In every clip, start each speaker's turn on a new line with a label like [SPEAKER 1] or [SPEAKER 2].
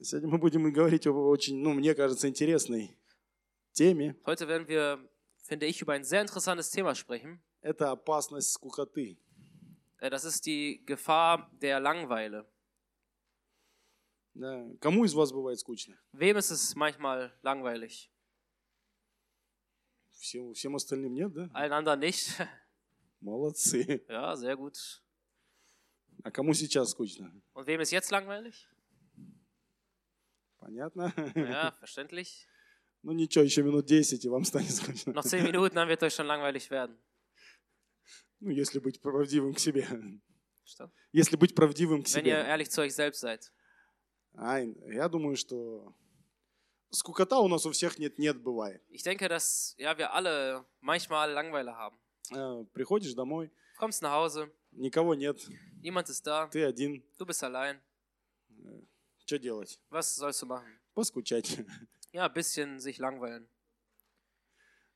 [SPEAKER 1] Сегодня мы будем говорить об очень, ну, мне кажется, интересной теме.
[SPEAKER 2] Heute werden wir, finde ich, über ein sehr interessantes Thema sprechen.
[SPEAKER 1] Это опасность скукоты.
[SPEAKER 2] Äh, Das ist die Gefahr der Langeweile.
[SPEAKER 1] Да. Кому из вас бывает скучно?
[SPEAKER 2] Wem ist es manchmal langweilig?
[SPEAKER 1] Всем, всем остальным нет, да?
[SPEAKER 2] Allen anderen nicht.
[SPEAKER 1] Молодцы.
[SPEAKER 2] Ja, sehr gut.
[SPEAKER 1] А кому сейчас скучно?
[SPEAKER 2] Und wem ist jetzt langweilig?
[SPEAKER 1] Понятно?
[SPEAKER 2] Ja, verständlich.
[SPEAKER 1] Ну ничего, еще минут 10, и вам станет скучно.
[SPEAKER 2] Noch zehn Minuten, dann wird euch schon langweilig werden.
[SPEAKER 1] Ну, если быть правдивым к себе.
[SPEAKER 2] Verstanden?
[SPEAKER 1] Если быть правдивым к
[SPEAKER 2] Wenn ihr
[SPEAKER 1] себе.
[SPEAKER 2] ehrlich zu euch selbst seid.
[SPEAKER 1] Айн, я думаю, что скукота у нас у всех нет-нет бывает.
[SPEAKER 2] Ich denke, dass ja, wir alle manchmal Langweile haben.
[SPEAKER 1] Э, Приходишь домой,
[SPEAKER 2] Du kommst nach Hause,
[SPEAKER 1] никого нет,
[SPEAKER 2] niemand ist da,
[SPEAKER 1] ты один.
[SPEAKER 2] du bist allein.
[SPEAKER 1] Что делать?
[SPEAKER 2] Was sollst du machen?
[SPEAKER 1] Поскучать.
[SPEAKER 2] Ja, ein bisschen sich langweilen.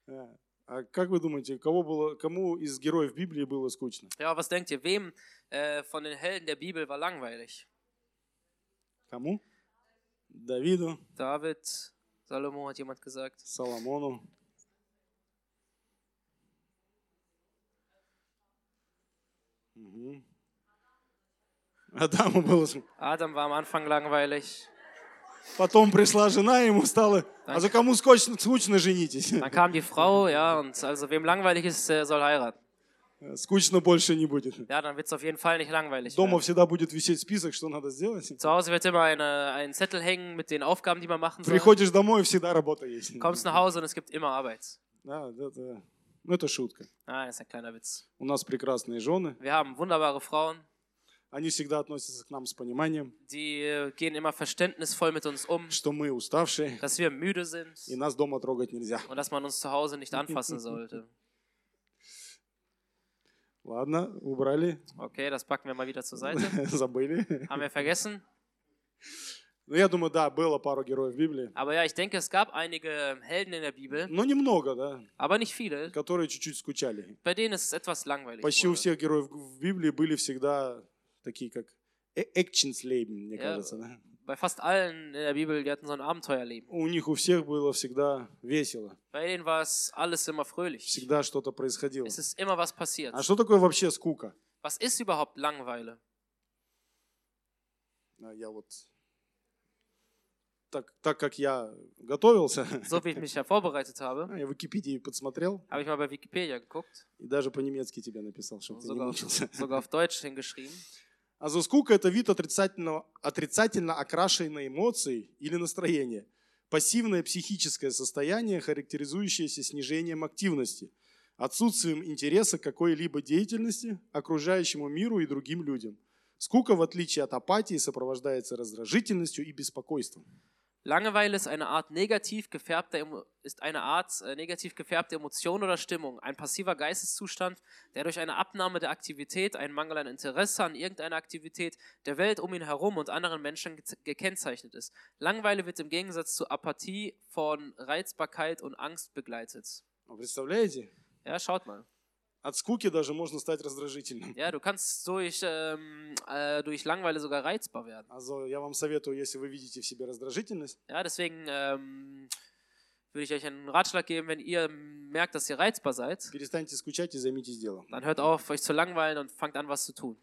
[SPEAKER 1] Да. А как вы думаете, кого было, кому из героев Библии было скучно?
[SPEAKER 2] Ja, was denkt ihr? Wem äh, von den Helden der Bibel war langweilig?
[SPEAKER 1] Кому? Давиду,
[SPEAKER 2] David, Salomo hat jemand gesagt.
[SPEAKER 1] Соломону. Мгм. Адаму было ск-
[SPEAKER 2] Adam war am Anfang langweilig.
[SPEAKER 1] Потом пришла жена, ему стало... А за кому скучно, скучно женитесь?
[SPEAKER 2] Dann kam die Frau, ja, und also wem langweilig ist, der soll heiraten.
[SPEAKER 1] Скучно больше не будет.
[SPEAKER 2] Ja, dann wird es auf jeden Fall nicht langweilig.
[SPEAKER 1] Дома
[SPEAKER 2] Werden.
[SPEAKER 1] всегда будет висеть список, что надо сделать.
[SPEAKER 2] Zu Hause wird immer eine, ein Zettel hängen mit den Aufgaben, die man machen soll.
[SPEAKER 1] Приходишь домой, всегда работа есть.
[SPEAKER 2] Kommst nach Hause und es gibt immer Arbeit.
[SPEAKER 1] Да, да, да. Ну, это шутка.
[SPEAKER 2] Nein, das ist ein kleiner Witz.
[SPEAKER 1] У нас прекрасные жены.
[SPEAKER 2] Wir haben wunderbare Frauen,
[SPEAKER 1] Они всегда относятся к нам с пониманием,
[SPEAKER 2] die äh, gehen immer verständnisvoll mit uns um,
[SPEAKER 1] что мы уставшие,
[SPEAKER 2] dass wir müde sind
[SPEAKER 1] и нас дома трогать нельзя.
[SPEAKER 2] und dass man uns zu Hause nicht anfassen sollte.
[SPEAKER 1] Ладно, убрали,
[SPEAKER 2] Okay, das packen wir mal wieder zur Seite.
[SPEAKER 1] забыли.
[SPEAKER 2] Haben wir vergessen.
[SPEAKER 1] Ну, я думаю, да, было пару героев Библии.
[SPEAKER 2] Aber ja, ich denke, es gab einige Helden in der Bibel,
[SPEAKER 1] Но немного, да,
[SPEAKER 2] aber nicht viele,
[SPEAKER 1] которые чуть-чуть скучали.
[SPEAKER 2] bei denen ist es etwas langweilig.
[SPEAKER 1] Почти у
[SPEAKER 2] Wurde.
[SPEAKER 1] всех героев в Библии были всегда такие, как экченслейбен, мне
[SPEAKER 2] Я-
[SPEAKER 1] кажется. да.
[SPEAKER 2] Bei fast allen in der Bibel, die hatten so ein Abenteuerleben.
[SPEAKER 1] У них у всех было всегда весело,
[SPEAKER 2] Bei denen war es alles immer fröhlich.
[SPEAKER 1] всегда что-то происходило.
[SPEAKER 2] Es ist immer was passiert.
[SPEAKER 1] А что такое вообще скука?
[SPEAKER 2] Was ist überhaupt Langeweile?
[SPEAKER 1] А, Я вот так, так как я готовился,
[SPEAKER 2] So wie ich mich ja vorbereitet habe,
[SPEAKER 1] А, я в Википедии подсмотрел,
[SPEAKER 2] habe ich mal bei Wikipedia geguckt,
[SPEAKER 1] И даже по-немецки тебе написал, чтобы ты не
[SPEAKER 2] sogar,
[SPEAKER 1] мучился.
[SPEAKER 2] sogar auf Deutsch hingeschrieben.
[SPEAKER 1] А за скука это вид отрицательного, отрицательно окрашенной эмоции или настроения. Пассивное психическое состояние, характеризующееся снижением активности, отсутствием интереса к какой-либо деятельности, окружающему миру и другим людям. Скука, в отличие от апатии, сопровождается раздражительностью и беспокойством.
[SPEAKER 2] Langeweile ist eine Art negativ gefärbter Emo- ist eine Art äh, negativ gefärbte Emotion oder Stimmung, ein passiver Geisteszustand, der durch eine Abnahme der Aktivität, einen Mangel an Interesse an irgendeiner Aktivität der Welt um ihn herum und anderen Menschen gez- gekennzeichnet ist. Langeweile wird im Gegensatz zu Apathie von Reizbarkeit und Angst begleitet.
[SPEAKER 1] Вы А Представляете?
[SPEAKER 2] Ja, schaut mal.
[SPEAKER 1] От скуки даже можно стать раздражительным.
[SPEAKER 2] Ja, du kannst durch, ähm, äh, durch Langeweile sogar reizbar werden.
[SPEAKER 1] А за- Я вам советую, если вы видите в себе раздражительность,
[SPEAKER 2] Ja, deswegen ähm, würde ich euch einen Ratschlag geben, wenn ihr merkt, dass ihr reizbar seid,
[SPEAKER 1] перестаньте скучать и займитесь делом.
[SPEAKER 2] dann hört auf, euch zu langweilen und fangt an, was zu tun.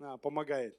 [SPEAKER 1] А, помогает.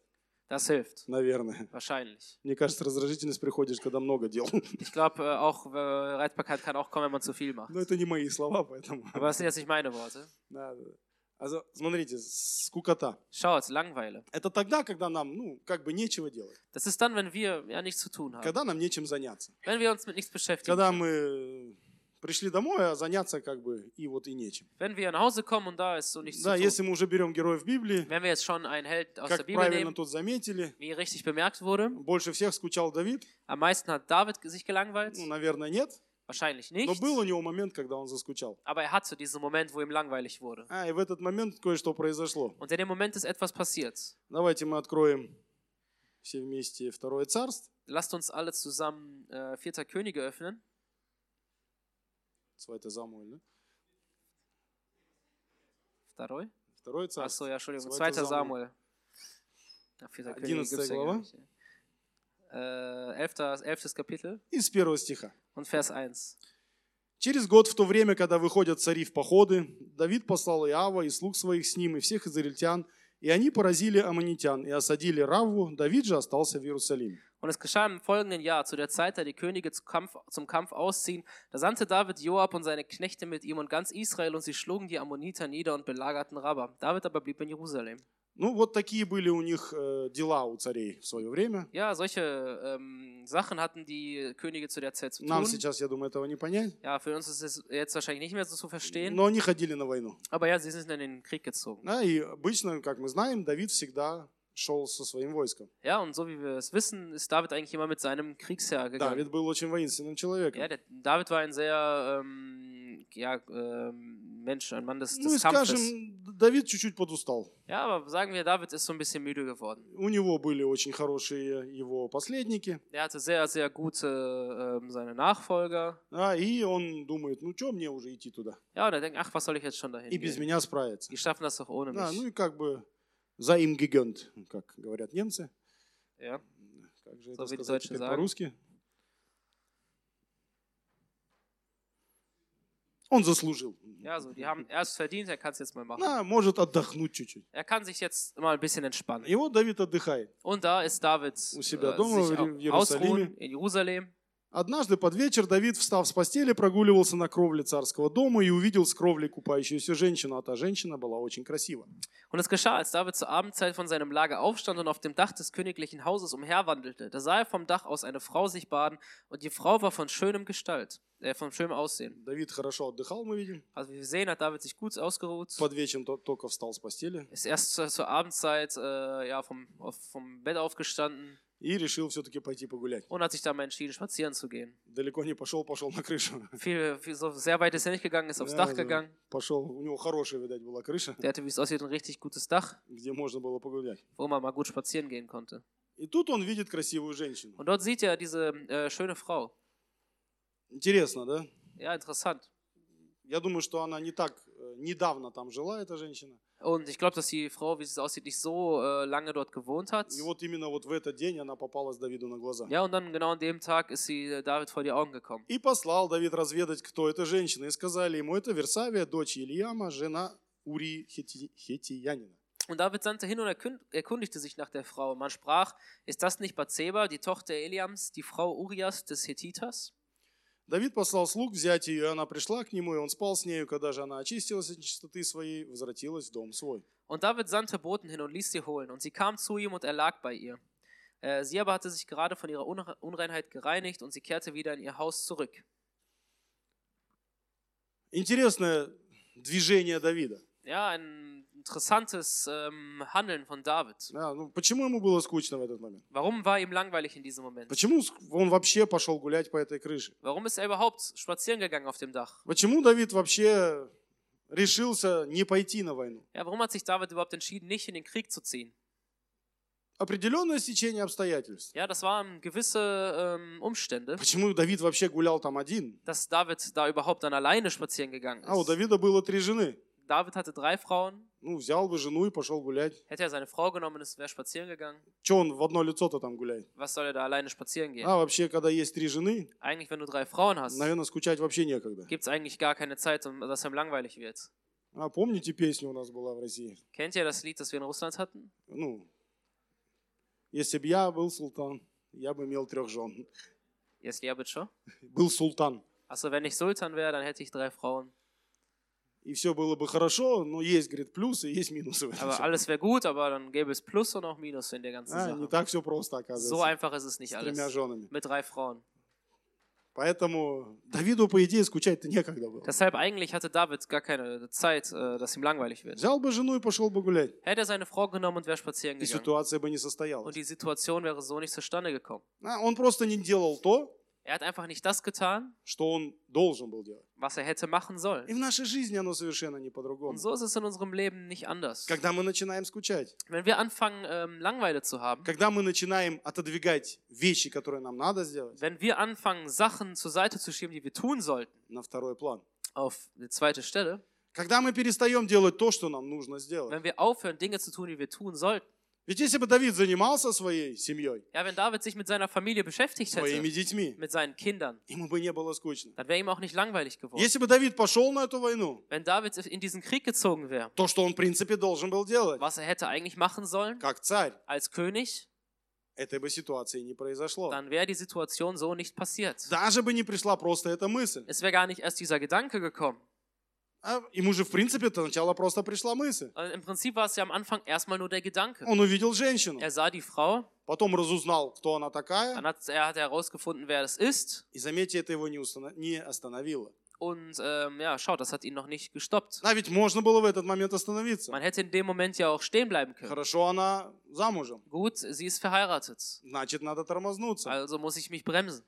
[SPEAKER 2] Das hilft.
[SPEAKER 1] Наверное.
[SPEAKER 2] Wahrscheinlich.
[SPEAKER 1] Мне кажется, раздражительность приходит, когда много дел.
[SPEAKER 2] Ich glaube, äh, auch äh, Reizbarkeit kann auch kommen, wenn man zu viel macht.
[SPEAKER 1] Но это не мои слова, поэтому...
[SPEAKER 2] Aber das sind jetzt nicht meine Worte.
[SPEAKER 1] Да, да. А за- Смотрите, скукота.
[SPEAKER 2] Schaut, Langeweile.
[SPEAKER 1] Это тогда, когда нам, ну, как бы нечего делать.
[SPEAKER 2] Das ist dann, wenn wir ja nichts zu tun haben.
[SPEAKER 1] Когда нам нечем заняться.
[SPEAKER 2] Wenn wir uns mit nichts beschäftigen.
[SPEAKER 1] Когда мы э, пришли домой, а заняться как бы и вот и нечем.
[SPEAKER 2] Wenn wir nach Hause kommen und da ist so nichts
[SPEAKER 1] Да,
[SPEAKER 2] zu
[SPEAKER 1] если
[SPEAKER 2] tun.
[SPEAKER 1] мы уже берем героев Библии,
[SPEAKER 2] Wenn wir jetzt schon einen Held aus der
[SPEAKER 1] как
[SPEAKER 2] Bibel
[SPEAKER 1] правильно
[SPEAKER 2] nehmen,
[SPEAKER 1] тут заметили,
[SPEAKER 2] wie richtig bemerkt wurde,
[SPEAKER 1] больше всех скучал Давид.
[SPEAKER 2] am meisten hat David sich gelangweilt.
[SPEAKER 1] Ну, наверное, нет.
[SPEAKER 2] Wahrscheinlich
[SPEAKER 1] Но
[SPEAKER 2] nicht.
[SPEAKER 1] был у него момент, когда он заскучал.
[SPEAKER 2] Aber er hatte diesen Moment, wo ihm langweilig wurde.
[SPEAKER 1] А, и в этот момент кое-что произошло.
[SPEAKER 2] Und in dem Moment ist etwas passiert.
[SPEAKER 1] Давайте мы откроем все вместе Второе Царство.
[SPEAKER 2] Lasst uns alle zusammen äh, Vierter Könige öffnen.
[SPEAKER 1] Zweite Samuel, ne?
[SPEAKER 2] Второй.
[SPEAKER 1] Второе царство.
[SPEAKER 2] Achso, ja, Entschuldigung.
[SPEAKER 1] Zweiter
[SPEAKER 2] Zweiter Samuel. Ja, Vierter Könige
[SPEAKER 1] 11.
[SPEAKER 2] gibt's ja
[SPEAKER 1] Глава.
[SPEAKER 2] gar nicht. äh, 11. 11. Kapitel
[SPEAKER 1] из первого стиха.
[SPEAKER 2] und Vers 1.
[SPEAKER 1] Через год, в то время, когда выходят цари в походы, Давид послал Иава и слуг своих с ним, и всех израильтян, и они поразили аммонитян и осадили Равву, Давид же остался в Иерусалиме.
[SPEAKER 2] Und es geschah im folgenden Jahr, zu der Zeit, da die Könige zum Kampf, zum Kampf ausziehen, da sandte David Joab und seine Knechte mit ihm und ganz Israel und sie schlugen die Ammoniter nieder und belagerten Rabba. David aber blieb in Jerusalem.
[SPEAKER 1] Ну, вот такие были у них э, дела у царей в свое время.
[SPEAKER 2] Ja, solche ähm, Sachen hatten die Könige zu der Zeit zu
[SPEAKER 1] Нам
[SPEAKER 2] tun.
[SPEAKER 1] сейчас, я думаю, этого не понять.
[SPEAKER 2] Ja, für uns ist es jetzt wahrscheinlich nicht mehr so zu verstehen,
[SPEAKER 1] Но они ходили на войну.
[SPEAKER 2] aber ja, sie sind in den Krieg gezogen.
[SPEAKER 1] Да, и обычно, как мы знаем, Давид всегда шел со своим войском.
[SPEAKER 2] Ja, und so wie wir es wissen, ist David eigentlich immer mit seinem Kriegsherr gegangen.
[SPEAKER 1] Давид был очень воинственным
[SPEAKER 2] Ja,
[SPEAKER 1] человеком.
[SPEAKER 2] der, David war ein sehr ähm, ja, ähm, Mensch, ein Mann des,
[SPEAKER 1] Ну и
[SPEAKER 2] des Kampfes.
[SPEAKER 1] скажем, Давид чуть-чуть подустал.
[SPEAKER 2] Ja, aber sagen wir, David ist so ein bisschen müde geworden.
[SPEAKER 1] У него были очень хорошие его последники,
[SPEAKER 2] Er hatte sehr, sehr gute ähm, seine Nachfolger.
[SPEAKER 1] да, а, и он думает, ну что мне уже идти туда?
[SPEAKER 2] Ja, und er denkt, ach, was soll ich jetzt schon dahin?
[SPEAKER 1] И без
[SPEAKER 2] Gehen?
[SPEAKER 1] меня справятся.
[SPEAKER 2] Die schaffen das doch ohne
[SPEAKER 1] Да, ну
[SPEAKER 2] mich.
[SPEAKER 1] и как бы за им гигент, как говорят немцы.
[SPEAKER 2] Ja.
[SPEAKER 1] Как же
[SPEAKER 2] So
[SPEAKER 1] это
[SPEAKER 2] wie die
[SPEAKER 1] сказать
[SPEAKER 2] Deutschen
[SPEAKER 1] теперь
[SPEAKER 2] sagen.
[SPEAKER 1] по-русски? Он заслужил.
[SPEAKER 2] ja, so, die haben erst verdient, er kann es jetzt mal machen.
[SPEAKER 1] Да, может отдохнуть чуть-чуть.
[SPEAKER 2] Er kann sich jetzt mal ein bisschen entspannen.
[SPEAKER 1] И вот Давид отдыхает.
[SPEAKER 2] Und da ist David äh,
[SPEAKER 1] У
[SPEAKER 2] sich
[SPEAKER 1] себя дома, в Иер-
[SPEAKER 2] au- ausruhen in Jerusalem.
[SPEAKER 1] Однажды под вечер Давид, встав с постели, прогуливался на кровле царского дома и увидел с кровли купающуюся женщину, а та женщина была очень красива.
[SPEAKER 2] Und es geschah, als David zur Abendzeit von seinem Lager aufstand und auf dem Dach des königlichen Hauses umherwandelte. Da sah er vom Dach aus eine Frau sich baden und die Frau war von schönem Gestalt, äh, von schönem Aussehen.
[SPEAKER 1] Давид хорошо отдыхал, мы видим.
[SPEAKER 2] Also wie wir sehen, hat David sich gut ausgeruht.
[SPEAKER 1] Под вечер тот только встал с постели
[SPEAKER 2] Ist erst zur, zur Abendzeit äh, ja, vom, auf, vom Bett aufgestanden
[SPEAKER 1] и решил все-таки пойти пogulять.
[SPEAKER 2] und hat sich dann mal entschieden, spazieren zu gehen.
[SPEAKER 1] Далеко не пошел, пошел на крышу.
[SPEAKER 2] Viel, viel, so sehr weit ist er nicht gegangen, ist aufs
[SPEAKER 1] Ja,
[SPEAKER 2] Dach
[SPEAKER 1] also-
[SPEAKER 2] gegangen.
[SPEAKER 1] Пошел, у него хорошая, видать, была крыша,
[SPEAKER 2] Der hatte, wie es aussieht, ein richtig gutes Dach,
[SPEAKER 1] где можно было погулять.
[SPEAKER 2] wo man mal gut spazieren gehen konnte.
[SPEAKER 1] И тут он видит красивую женщину.
[SPEAKER 2] Und dort sieht er diese äh, schöne Frau.
[SPEAKER 1] Интересно, да?
[SPEAKER 2] Ja, interessant.
[SPEAKER 1] Я думаю, что она не так э, недавно там жила, эта женщina.
[SPEAKER 2] Und ich glaube, dass die Frau, wie es aussieht, nicht so äh, lange dort gewohnt hat.
[SPEAKER 1] И вот именно вот в этот день она попалась Давиду на глаза.
[SPEAKER 2] Ja, und dann genau an dem Tag ist sie äh, David vor die Augen gekommen.
[SPEAKER 1] И послал Давид разведать, кто эта женщина. И сказали ему, это Версавия, дочь Ильяма, жена Ури Хети- Хетиянина.
[SPEAKER 2] Und David sandte hin und erkün- erkundigte sich nach der Frau. Man sprach, ist das nicht Bathseba, die Tochter Eliams, die Frau Urias des Hethiters?
[SPEAKER 1] Давид послал слуг взять ее, и она пришла к нему, и он спал с нею. Когда же она очистилась от чистоты своей, возвратилась в дом свой.
[SPEAKER 2] Und David sandte Boten hin und ließ sie holen. Und sie kam zu ihm und er lag bei ihr. Äh, Sie aber hatte sich gerade von ihrer Unre- Unreinheit gereinigt und sie kehrte wieder in ihr Haus zurück.
[SPEAKER 1] Интересное движение Давида.
[SPEAKER 2] Ja, ein interessantes ähm, Handeln von David.
[SPEAKER 1] Да, ну, почему ему было скучно в этот момент?
[SPEAKER 2] Warum war ihm langweilig in diesem Moment?
[SPEAKER 1] Почему ск- он вообще пошел гулять по этой крыше?
[SPEAKER 2] Warum ist er überhaupt spazieren gegangen auf dem Dach?
[SPEAKER 1] Почему Давид вообще решился не пойти на войну?
[SPEAKER 2] Ja, warum hat sich David überhaupt entschieden, nicht in den Krieg zu ziehen?
[SPEAKER 1] Определенное стечение обстоятельств.
[SPEAKER 2] Ja, das waren gewisse ähm, Umstände.
[SPEAKER 1] Почему Давид вообще гулял там один?
[SPEAKER 2] dass David da überhaupt dann alleine spazieren gegangen ist.
[SPEAKER 1] А у Давида было три жены.
[SPEAKER 2] David hatte drei Frauen,
[SPEAKER 1] Ну, взял бы жену и пошел гулять.
[SPEAKER 2] hätte er seine Frau genommen und es wäre spazieren gegangen.
[SPEAKER 1] Че он в одно лицо-то там гуляет?
[SPEAKER 2] Was soll er da alleine spazieren gehen?
[SPEAKER 1] А вообще, когда есть три жены,
[SPEAKER 2] Eigentlich, wenn du drei Frauen hast,
[SPEAKER 1] наверное, скучать вообще некогда.
[SPEAKER 2] gibt es eigentlich gar keine Zeit, um, dass einem langweilig wird.
[SPEAKER 1] А помните песню у нас была в России?
[SPEAKER 2] Kennt ihr das Lied, das wir in Russland hatten?
[SPEAKER 1] Ну, если бы я был султан, я бы имел трех жен.
[SPEAKER 2] Yes, Liabitscho.
[SPEAKER 1] Был султан.
[SPEAKER 2] Achso, wenn ich Sultan wäre, dann hätte ich drei Frauen.
[SPEAKER 1] И все было бы хорошо, но есть, говорит, плюсы, есть минусы. в этом
[SPEAKER 2] Aber
[SPEAKER 1] всём.
[SPEAKER 2] alles wäre gut, aber dann gäbe es Plus und auch Minus in der ganzen
[SPEAKER 1] А, не
[SPEAKER 2] Sache.
[SPEAKER 1] так все просто,
[SPEAKER 2] So
[SPEAKER 1] оказывается,
[SPEAKER 2] einfach ist Also es
[SPEAKER 1] с
[SPEAKER 2] nicht
[SPEAKER 1] тремя
[SPEAKER 2] alles.
[SPEAKER 1] женами.
[SPEAKER 2] Mit drei Frauen.
[SPEAKER 1] Поэтому Давиду, по идее, скучать-то некогда было.
[SPEAKER 2] Deshalb eigentlich hatte David gar keine Zeit, äh, dass ihm langweilig wird.
[SPEAKER 1] Взял бы жену и пошел бы гулять,
[SPEAKER 2] Hätte er seine Frau genommen und wäre spazieren
[SPEAKER 1] и
[SPEAKER 2] gegangen.
[SPEAKER 1] ситуация бы не состоялась.
[SPEAKER 2] Und die Situation wäre so nicht zustande gekommen.
[SPEAKER 1] А, Он просто не делал то,
[SPEAKER 2] Er hat einfach nicht das getan,
[SPEAKER 1] что он должен был делать.
[SPEAKER 2] was er hätte machen sollen.
[SPEAKER 1] И в нашей жизни оно совершенно не
[SPEAKER 2] Und
[SPEAKER 1] по-другому.
[SPEAKER 2] so ist es in unserem Leben nicht anders.
[SPEAKER 1] Когда мы начинаем скучать,
[SPEAKER 2] Wenn wir anfangen, ähm, Langeweile zu haben,
[SPEAKER 1] когда мы начинаем отодвигать вещи, которые нам надо сделать,
[SPEAKER 2] wenn wir anfangen, Sachen zur Seite zu schieben, die wir tun sollten,
[SPEAKER 1] на второй план.
[SPEAKER 2] auf die zweite Stelle,
[SPEAKER 1] Когда мы перестаем делать то, что нам нужно сделать.
[SPEAKER 2] wenn wir aufhören, Dinge zu tun, die wir tun sollten,
[SPEAKER 1] Ведь если бы Давид занимался своей семьей,
[SPEAKER 2] Ja, wenn David sich mit seiner Familie beschäftigt
[SPEAKER 1] своими
[SPEAKER 2] hätte,
[SPEAKER 1] детьми,
[SPEAKER 2] mit seinen Kindern,
[SPEAKER 1] ему бы не было скучно.
[SPEAKER 2] dann wäre ihm auch nicht langweilig geworden.
[SPEAKER 1] Если бы Давид пошел на эту войну,
[SPEAKER 2] Wenn David in diesen Krieg gezogen wäre,
[SPEAKER 1] то, что он, в принципе, должен был делать,
[SPEAKER 2] was er hätte eigentlich machen sollen
[SPEAKER 1] как царь,
[SPEAKER 2] als König,
[SPEAKER 1] этой бы ситуации не произошло.
[SPEAKER 2] dann wäre die Situation so nicht passiert.
[SPEAKER 1] Даже бы не пришла просто эта мысль.
[SPEAKER 2] Es wäre gar nicht erst dieser Gedanke gekommen.
[SPEAKER 1] А ему же, в принципе, сначала просто пришла мысль.
[SPEAKER 2] Äh, Im Prinzip war es ja am Anfang erstmal nur der Gedanke.
[SPEAKER 1] Он увидел женщину,
[SPEAKER 2] Er sah die Frau,
[SPEAKER 1] потом разузнал, кто она такая,
[SPEAKER 2] dann hat er hat er herausgefunden, wer das ist.
[SPEAKER 1] и, заметьте, это его не, устано- не остановило.
[SPEAKER 2] Und ähm, ja, schau, das hat ihn noch nicht gestoppt.
[SPEAKER 1] А ведь можно было в этот момент остановиться.
[SPEAKER 2] Man hätte in dem Moment ja auch stehen bleiben können.
[SPEAKER 1] Хорошо, она замужем,
[SPEAKER 2] Gut, sie ist verheiratet.
[SPEAKER 1] значит, надо тормознуться.
[SPEAKER 2] Also muss ich mich bremsen.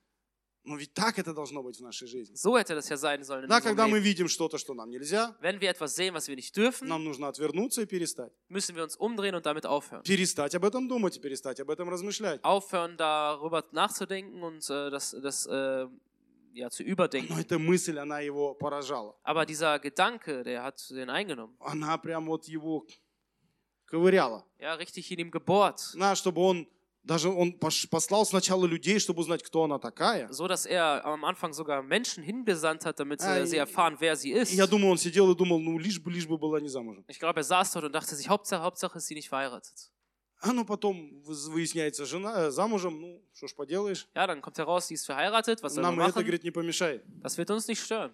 [SPEAKER 1] Но ведь так это должно быть в нашей жизни.
[SPEAKER 2] So hätte das ja sein sollen. In
[SPEAKER 1] Да, когда
[SPEAKER 2] unserem
[SPEAKER 1] мы
[SPEAKER 2] Leben.
[SPEAKER 1] видим что-то, что нам нельзя,
[SPEAKER 2] Wenn wir etwas sehen, was wir nicht dürfen,
[SPEAKER 1] нам нужно отвернуться и перестать.
[SPEAKER 2] müssen wir uns umdrehen und damit aufhören.
[SPEAKER 1] Перестать об этом думать и перестать об этом размышлять.
[SPEAKER 2] Aufhören, darüber nachzudenken und äh, das, das äh, ja, zu
[SPEAKER 1] Но
[SPEAKER 2] überdenken.
[SPEAKER 1] эта мысль, она его поражала.
[SPEAKER 2] Aber dieser Gedanke, der hat den eingenommen.
[SPEAKER 1] Она прям вот его ковыряла.
[SPEAKER 2] Ja, richtig in ihm gebohrt.
[SPEAKER 1] На, чтобы он, даже он пош- послал сначала людей, чтобы узнать, кто она такая.
[SPEAKER 2] So, dass er am Anfang sogar Menschen hingesandt hat, damit
[SPEAKER 1] Ah,
[SPEAKER 2] äh, sie
[SPEAKER 1] ja.
[SPEAKER 2] erfahren, wer sie ist.
[SPEAKER 1] И я думаю, он сидел и думал, ну, лишь бы, лишь бы была не замужем.
[SPEAKER 2] Ich glaube, er saß dort und dachte sich, Hauptsache, Hauptsache ist sie nicht verheiratet.
[SPEAKER 1] А ну потом выз- выясняется жена, э, замужем, ну, что ж поделаешь.
[SPEAKER 2] Ja, dann kommt heraus, sie ist verheiratet, was soll man
[SPEAKER 1] Нам и это,
[SPEAKER 2] machen?
[SPEAKER 1] говорит, не помешает.
[SPEAKER 2] Das wird uns nicht stören.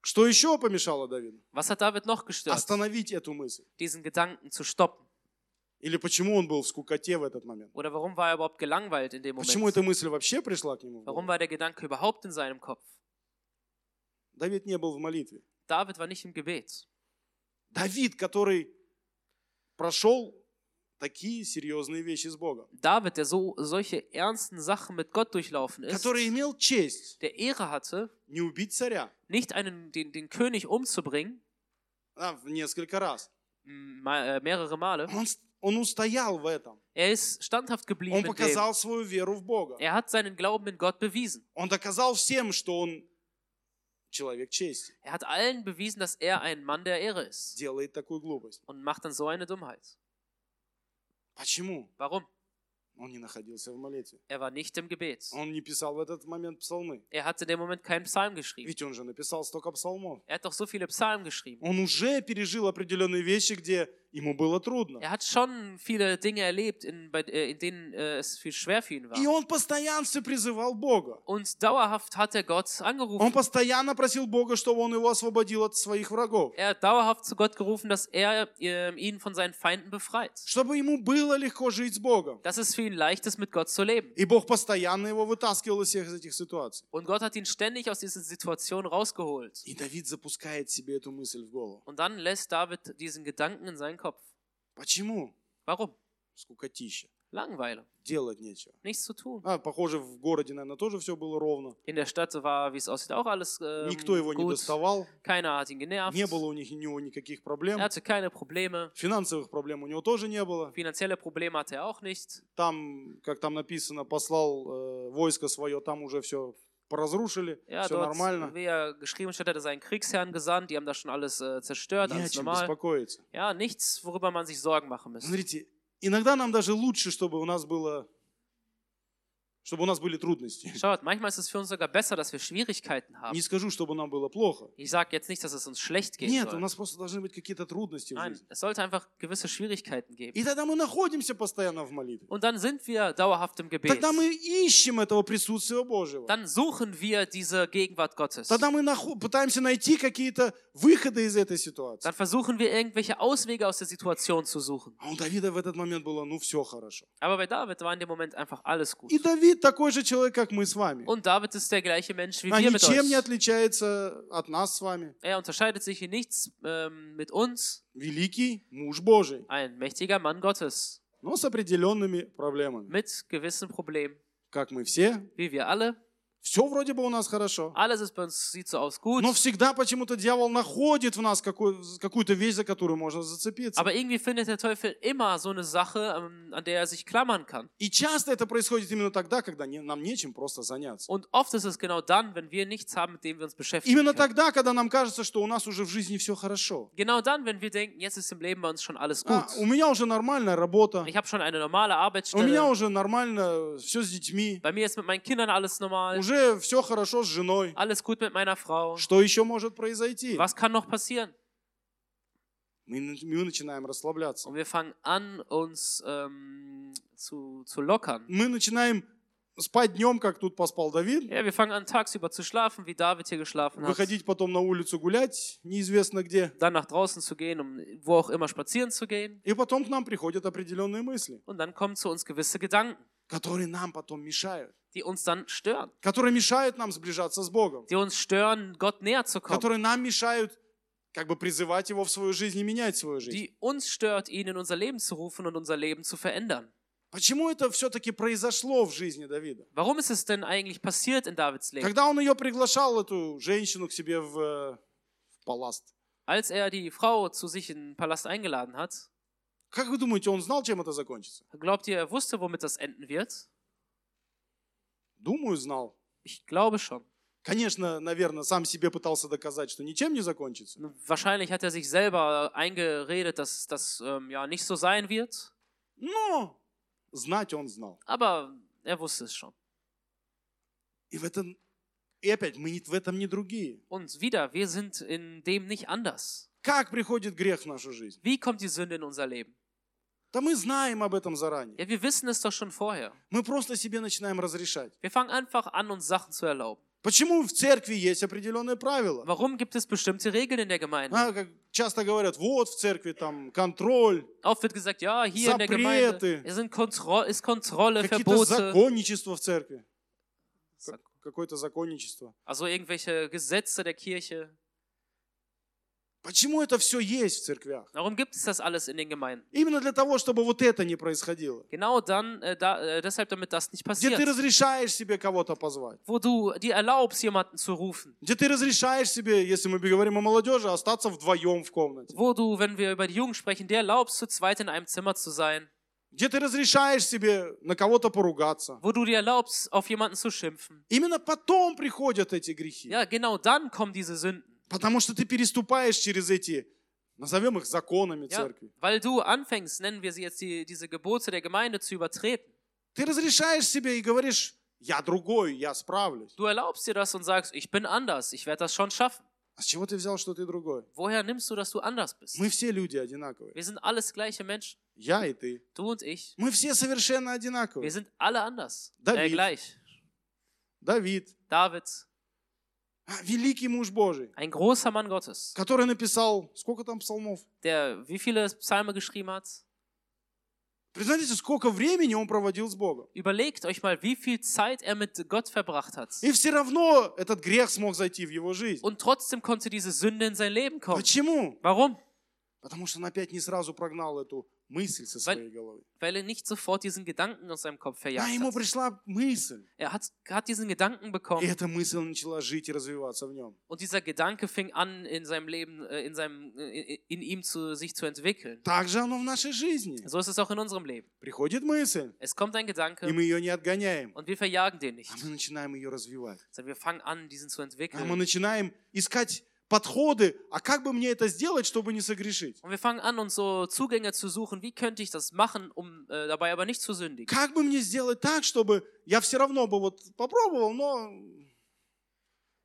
[SPEAKER 1] Что еще помешало Давиду?
[SPEAKER 2] Was hat David noch gestört?
[SPEAKER 1] Остановить эту мысль.
[SPEAKER 2] Diesen Gedanken zu stoppen.
[SPEAKER 1] Или почему он был в скукоте в этот момент?
[SPEAKER 2] Oder warum war er überhaupt gelangweilt in dem
[SPEAKER 1] Почему эта
[SPEAKER 2] Moment?
[SPEAKER 1] мысль вообще пришла к нему? в голову?
[SPEAKER 2] Warum war der Gedanke überhaupt in seinem Kopf?
[SPEAKER 1] Давид не был в молитве.
[SPEAKER 2] David war nicht im Gebet.
[SPEAKER 1] Давид, который прошел такие серьезные вещи с Богом,
[SPEAKER 2] David, der so solche ernsten Sachen mit Gott durchlaufen ist,
[SPEAKER 1] который имел честь
[SPEAKER 2] der Ehre hatte,
[SPEAKER 1] не убить царя
[SPEAKER 2] nicht einen, den, den König umzubringen,
[SPEAKER 1] а, в nесколько раз.
[SPEAKER 2] m- ma- äh, mehrere Male,
[SPEAKER 1] Он, с- он устоял в этом.
[SPEAKER 2] er ist standhaft geblieben.
[SPEAKER 1] Он
[SPEAKER 2] In dem.
[SPEAKER 1] показал свою веру в Бога.
[SPEAKER 2] Er hat seinen Glauben in Gott bewiesen.
[SPEAKER 1] Он доказал всем, что он человек чести,
[SPEAKER 2] Er hat allen bewiesen, dass er ein Mann der Ehre ist
[SPEAKER 1] делает такую глупость.
[SPEAKER 2] und macht dann so eine Dummheit.
[SPEAKER 1] Почему?
[SPEAKER 2] Warum?
[SPEAKER 1] Он не находился в молитве.
[SPEAKER 2] Er war nicht im Gebet.
[SPEAKER 1] Он не писал в этот момент псалмы.
[SPEAKER 2] Er hat in dem Moment keinen Psalm geschrieben.
[SPEAKER 1] Ведь он же написал столько псалмов.
[SPEAKER 2] Er hat doch so viele Psalmen geschrieben.
[SPEAKER 1] Он уже пережил определенные вещи, где ему было трудно.
[SPEAKER 2] Er hat schon viele Dinge erlebt, in, bei, äh, in denen äh, es viel schwer für ihn
[SPEAKER 1] И
[SPEAKER 2] war.
[SPEAKER 1] он постоянно призывал Бога.
[SPEAKER 2] Und dauerhaft hat er Gott
[SPEAKER 1] Он
[SPEAKER 2] angerufen.
[SPEAKER 1] постоянно просил Бога, чтобы он его освободил от своих врагов.
[SPEAKER 2] Er hat dauerhaft zu Gott gerufen, dass er äh, ihn von seinen Feinden befreit.
[SPEAKER 1] Чтобы ему было lегко жить с Богом.
[SPEAKER 2] Dass es für ihn leicht ist, mit Gott zu leben.
[SPEAKER 1] И Бог постоянно его вытаскивал из всех этих ситуаций.
[SPEAKER 2] Und Gott hat ihn ständig aus dieser Situation rausgeholt.
[SPEAKER 1] И Давид запускает себе эту мысль в голову.
[SPEAKER 2] Und dann lässt David diesen Gedanken in seinen Kopf.
[SPEAKER 1] Почему?
[SPEAKER 2] Warum?
[SPEAKER 1] Скукотища.
[SPEAKER 2] Langeweile.
[SPEAKER 1] Делать нечего.
[SPEAKER 2] Nichts zu tun.
[SPEAKER 1] А, похоже, в городе, наверное, тоже все было ровно.
[SPEAKER 2] In der Stadt war, wie es aussieht, auch alles ähm,
[SPEAKER 1] Никто его не
[SPEAKER 2] gut.
[SPEAKER 1] доставал.
[SPEAKER 2] Keiner hat ihn genervt.
[SPEAKER 1] Не было у них у него никаких
[SPEAKER 2] Er
[SPEAKER 1] проблем.
[SPEAKER 2] hatte keine Probleme.
[SPEAKER 1] Финансовых проблем у него тоже не было.
[SPEAKER 2] Finanzielle Probleme hatte er auch nicht.
[SPEAKER 1] Там, как там написано, послал э, войско свое, там уже все поразрушили,
[SPEAKER 2] Ja,
[SPEAKER 1] все
[SPEAKER 2] dort,
[SPEAKER 1] нормально.
[SPEAKER 2] wie er geschrieben steht, hat er seinen Kriegsherrn gesandt. Die haben da schon alles äh, zerstört,
[SPEAKER 1] Не о
[SPEAKER 2] alles
[SPEAKER 1] чем
[SPEAKER 2] normal.
[SPEAKER 1] беспокоиться.
[SPEAKER 2] Ja, nichts, worüber man sich Sorgen machen müsste.
[SPEAKER 1] Смотрите, иногда нам даже лучше, чтобы у нас было, чтобы у нас были трудности.
[SPEAKER 2] Schaut, manchmal ist es für uns sogar besser, dass wir Schwierigkeiten haben.
[SPEAKER 1] Не скажу, чтобы нам было плохо.
[SPEAKER 2] Ich sage jetzt nicht, dass es uns schlecht geht.
[SPEAKER 1] Нет, у
[SPEAKER 2] soll.
[SPEAKER 1] нас просто должны быть какие-то трудности в
[SPEAKER 2] Nein,
[SPEAKER 1] жизни.
[SPEAKER 2] es sollte einfach gewisse Schwierigkeiten geben.
[SPEAKER 1] И тогда мы находимся постоянно в молитве.
[SPEAKER 2] Und dann sind wir dauerhaft im Gebet.
[SPEAKER 1] Тогда мы ищем этого присутствия Божьего.
[SPEAKER 2] Dann suchen wir diese Gegenwart Gottes.
[SPEAKER 1] Тогда мы нахо- пытаемся найти какие-то выходы из этой ситуации.
[SPEAKER 2] Dann versuchen wir irgendwelche Auswege aus der Situation zu suchen.
[SPEAKER 1] А у Давида в этот момент было, ну все хорошо.
[SPEAKER 2] Aber bei David war in dem Moment einfach alles gut.
[SPEAKER 1] И Давид такой же человек, как мы с вами.
[SPEAKER 2] Und David ist der gleiche Mensch wie
[SPEAKER 1] А
[SPEAKER 2] wir mit
[SPEAKER 1] ничем не
[SPEAKER 2] euch.
[SPEAKER 1] отличается от нас с вами.
[SPEAKER 2] Er unterscheidet sich in nichts ähm, mit uns,
[SPEAKER 1] Великий муж Божий,
[SPEAKER 2] ein mächtiger Mann Gottes,
[SPEAKER 1] но с определенными проблемами.
[SPEAKER 2] mit gewissen Problemen,
[SPEAKER 1] Как мы все,
[SPEAKER 2] wie wir alle.
[SPEAKER 1] Все вроде бы у нас хорошо.
[SPEAKER 2] Alles ist bei uns, sieht so aus gut,
[SPEAKER 1] Но всегда почему-то дьявол находит в нас какую- какую-то вещь, за которую можно зацепиться.
[SPEAKER 2] aber irgendwie findet der Teufel immer so eine Sache, ähm, an der er sich klammern kann.
[SPEAKER 1] И часто это происходит именно тогda, когда не- нам нечем просто заняться.
[SPEAKER 2] Und oft ist es genau dann, wenn wir nichts haben, mit dem wir uns beschäftigen
[SPEAKER 1] Именно
[SPEAKER 2] können.
[SPEAKER 1] тогда, когда нам кажется, что у нас уже в жизни все хорошо.
[SPEAKER 2] Genau dann, wenn wir denken, jetzt ist im Leben bei uns schon alles
[SPEAKER 1] А,
[SPEAKER 2] gut.
[SPEAKER 1] у меня уже нормальная работа,
[SPEAKER 2] Ich habe schon eine normale
[SPEAKER 1] у меня
[SPEAKER 2] Arbeitsstelle.
[SPEAKER 1] уже нормально все с детьми,
[SPEAKER 2] Bei mir ist mit meinen Kindern alles normal.
[SPEAKER 1] уже все хорошо с женой.
[SPEAKER 2] Alles gut mit meiner Frau.
[SPEAKER 1] Что еще может произойти?
[SPEAKER 2] Was kann noch passieren?
[SPEAKER 1] Мы, на- мы начинаем расслабляться.
[SPEAKER 2] Und wir fangen an, uns ähm, zu, zu lockern.
[SPEAKER 1] Мы начинаем спать днем, как тут поспал Давид,
[SPEAKER 2] Ja, wir fangen an, tagsüber zu schlafen, wie David hier geschlafen hat.
[SPEAKER 1] выходить потом на улицу гулять, neизвестно где.
[SPEAKER 2] Dann nach draußen zu gehen, um wo auch immer spazieren zu gehen.
[SPEAKER 1] И потом к нам приходят определенные мысли,
[SPEAKER 2] Und dann kommen zu uns gewisse Gedanken,
[SPEAKER 1] которые нам потом мешают,
[SPEAKER 2] die uns dann stören.
[SPEAKER 1] которые mешают нам сближаться с Богом,
[SPEAKER 2] Die uns stören, Gott näher zu kommen.
[SPEAKER 1] которые нам мешают как бы призывать Его в свою жизнь и менять свою жизнь.
[SPEAKER 2] Die uns stört, ihn in unser Leben zu rufen und unser Leben zu verändern.
[SPEAKER 1] Почему это все-таки произошло в жизни Давида?
[SPEAKER 2] Warum ist es denn eigentlich passiert in Davids Leben?
[SPEAKER 1] Когда он ее приглашал, эту женщину, к себе в, э, в паласт,
[SPEAKER 2] Als er die Frau zu sich in den Palast eingeladen hat,
[SPEAKER 1] как вы думаете, он знал, чем это закончится?
[SPEAKER 2] glaubt ihr, er wusste, womit das enden wird?
[SPEAKER 1] Думаю, знал.
[SPEAKER 2] Ich glaube schon.
[SPEAKER 1] Конечно, наверное, сам себе пытался доказать, что ничем не закончится.
[SPEAKER 2] Wahrscheinlich hat er sich selber eingeredet, dass das ähm, ja nicht so sein wird,
[SPEAKER 1] Но знать он знал.
[SPEAKER 2] aber er wusste es schon.
[SPEAKER 1] И в этом... И опять, мы не- в этом не другие.
[SPEAKER 2] Und wieder, wir sind in dem nicht anders.
[SPEAKER 1] Как приходит грех в нашу жизнь?
[SPEAKER 2] Wie kommt die Sünde in unser Leben?
[SPEAKER 1] Да мы знаем об этом заранее.
[SPEAKER 2] Ja, wir wissen es doch schon vorher.
[SPEAKER 1] Мы просто себе начинаем разрешать.
[SPEAKER 2] Wir fangen einfach an, uns Sachen zu erlauben.
[SPEAKER 1] Почему в церкви есть определенные правила?
[SPEAKER 2] Warum gibt es bestimmte Regeln in der Gemeinde?
[SPEAKER 1] А, как часто говорят, вот в церкви там контроль,
[SPEAKER 2] Oft wird gesagt, ja, hier in der Gemeinde
[SPEAKER 1] Запрete.
[SPEAKER 2] es sind Kontro ist Kontrolle,
[SPEAKER 1] какие-то
[SPEAKER 2] Verbote,
[SPEAKER 1] законничества в церкви. Как- Какое-то законничество.
[SPEAKER 2] also irgendwelche Gesetze der Kirche.
[SPEAKER 1] Почему это все есть в церквях?
[SPEAKER 2] Warum gibt es das alles in den Gemeinden?
[SPEAKER 1] Именно для того, чтобы вот это не происходило.
[SPEAKER 2] Genau dann, äh, da, äh, deshalb, damit das nicht
[SPEAKER 1] Где ты
[SPEAKER 2] passiert.
[SPEAKER 1] разрешаешь себе кого-то позвать.
[SPEAKER 2] Wo du dir erlaubst, jemanden zu rufen.
[SPEAKER 1] Где ты разрешаешь себе, если мы говорим о молодежи, остаться вдвоем в комнате.
[SPEAKER 2] Wo du, wenn wir über die Jugend sprechen, dir erlaubst, zu zweit in einem Zimmer zu sein.
[SPEAKER 1] Где ты разрешаешь себе на кого-то поругаться.
[SPEAKER 2] Wo du dir erlaubst, auf jemanden zu schimpfen.
[SPEAKER 1] Именно потом приходят эти грехи.
[SPEAKER 2] Ja, genau dann kommen diese Sünden.
[SPEAKER 1] Потому что ты переступаешь через эти, назовем их законами
[SPEAKER 2] Ja,
[SPEAKER 1] церкви.
[SPEAKER 2] weil du anfängst, nennen wir sie jetzt die, diese Gebote der Gemeinde zu übertreten.
[SPEAKER 1] Ты разрешаешь себе и говоришь, я другой, я справлюсь.
[SPEAKER 2] Du erlaubst dir das und sagst, ich bin anders, ich werde das schon schaffen.
[SPEAKER 1] А с чего ты взял, что ты другой?
[SPEAKER 2] Woher nimmst du, dass du anders bist?
[SPEAKER 1] Мы все люди одинаковые.
[SPEAKER 2] Wir sind alles gleiche Menschen.
[SPEAKER 1] Я и ты.
[SPEAKER 2] Du und ich.
[SPEAKER 1] Мы все совершенно
[SPEAKER 2] Wir
[SPEAKER 1] одинаковые.
[SPEAKER 2] sind alle anders. Äh,
[SPEAKER 1] David.
[SPEAKER 2] gleich.
[SPEAKER 1] Давид,
[SPEAKER 2] David,
[SPEAKER 1] а, великий муж Божий,
[SPEAKER 2] ein großer Mann Gottes.
[SPEAKER 1] который написал, сколько там псалмов?
[SPEAKER 2] der wie viele Psalme geschrieben hat.
[SPEAKER 1] Представляете, сколько времени он проводил с Богом.
[SPEAKER 2] Überlegt euch mal, wie viel Zeit er mit Gott verbracht hat.
[SPEAKER 1] И все равно этот грех смог зайти в его жизнь.
[SPEAKER 2] Und trotzdem konnte diese Sünde in sein Leben kommen.
[SPEAKER 1] Почему?
[SPEAKER 2] Warum?
[SPEAKER 1] Потому что он опять не сразу прогнал эту мысль со своей головы.
[SPEAKER 2] Weil er nicht sofort diesen Gedanken aus seinem Kopf
[SPEAKER 1] Да,
[SPEAKER 2] verjagt
[SPEAKER 1] А ему
[SPEAKER 2] hat.
[SPEAKER 1] пришла мысль.
[SPEAKER 2] Er hat, hat diesen Gedanken
[SPEAKER 1] И
[SPEAKER 2] bekommen
[SPEAKER 1] эта мысль начала жить и развиваться в нем.
[SPEAKER 2] und dieser Gedanke fing an, in seinem Leben, äh, in, seinem, äh, in ihm zu, sich zu entwickeln.
[SPEAKER 1] Так же оно в нашей жизни.
[SPEAKER 2] So ist es auch in unserem Leben.
[SPEAKER 1] Приходит мысль,
[SPEAKER 2] Es kommt ein
[SPEAKER 1] и
[SPEAKER 2] Gedanke
[SPEAKER 1] мы ее не отгоняем.
[SPEAKER 2] und wir verjagen den nicht,
[SPEAKER 1] А мы начинаем ее развивать.
[SPEAKER 2] sondern wir fangen an, diesen zu
[SPEAKER 1] А мы
[SPEAKER 2] entwickeln.
[SPEAKER 1] начинаем искать подходы, а как бы мне это сделать, чтобы не согрешить?
[SPEAKER 2] Und wir fangen an, uns so Zugänge zu suchen. Wie könnte ich das machen, um äh, dabei aber nicht zu sündigen?
[SPEAKER 1] Как бы мне сделать так, чтобы я все равно бы вот попробовал, но,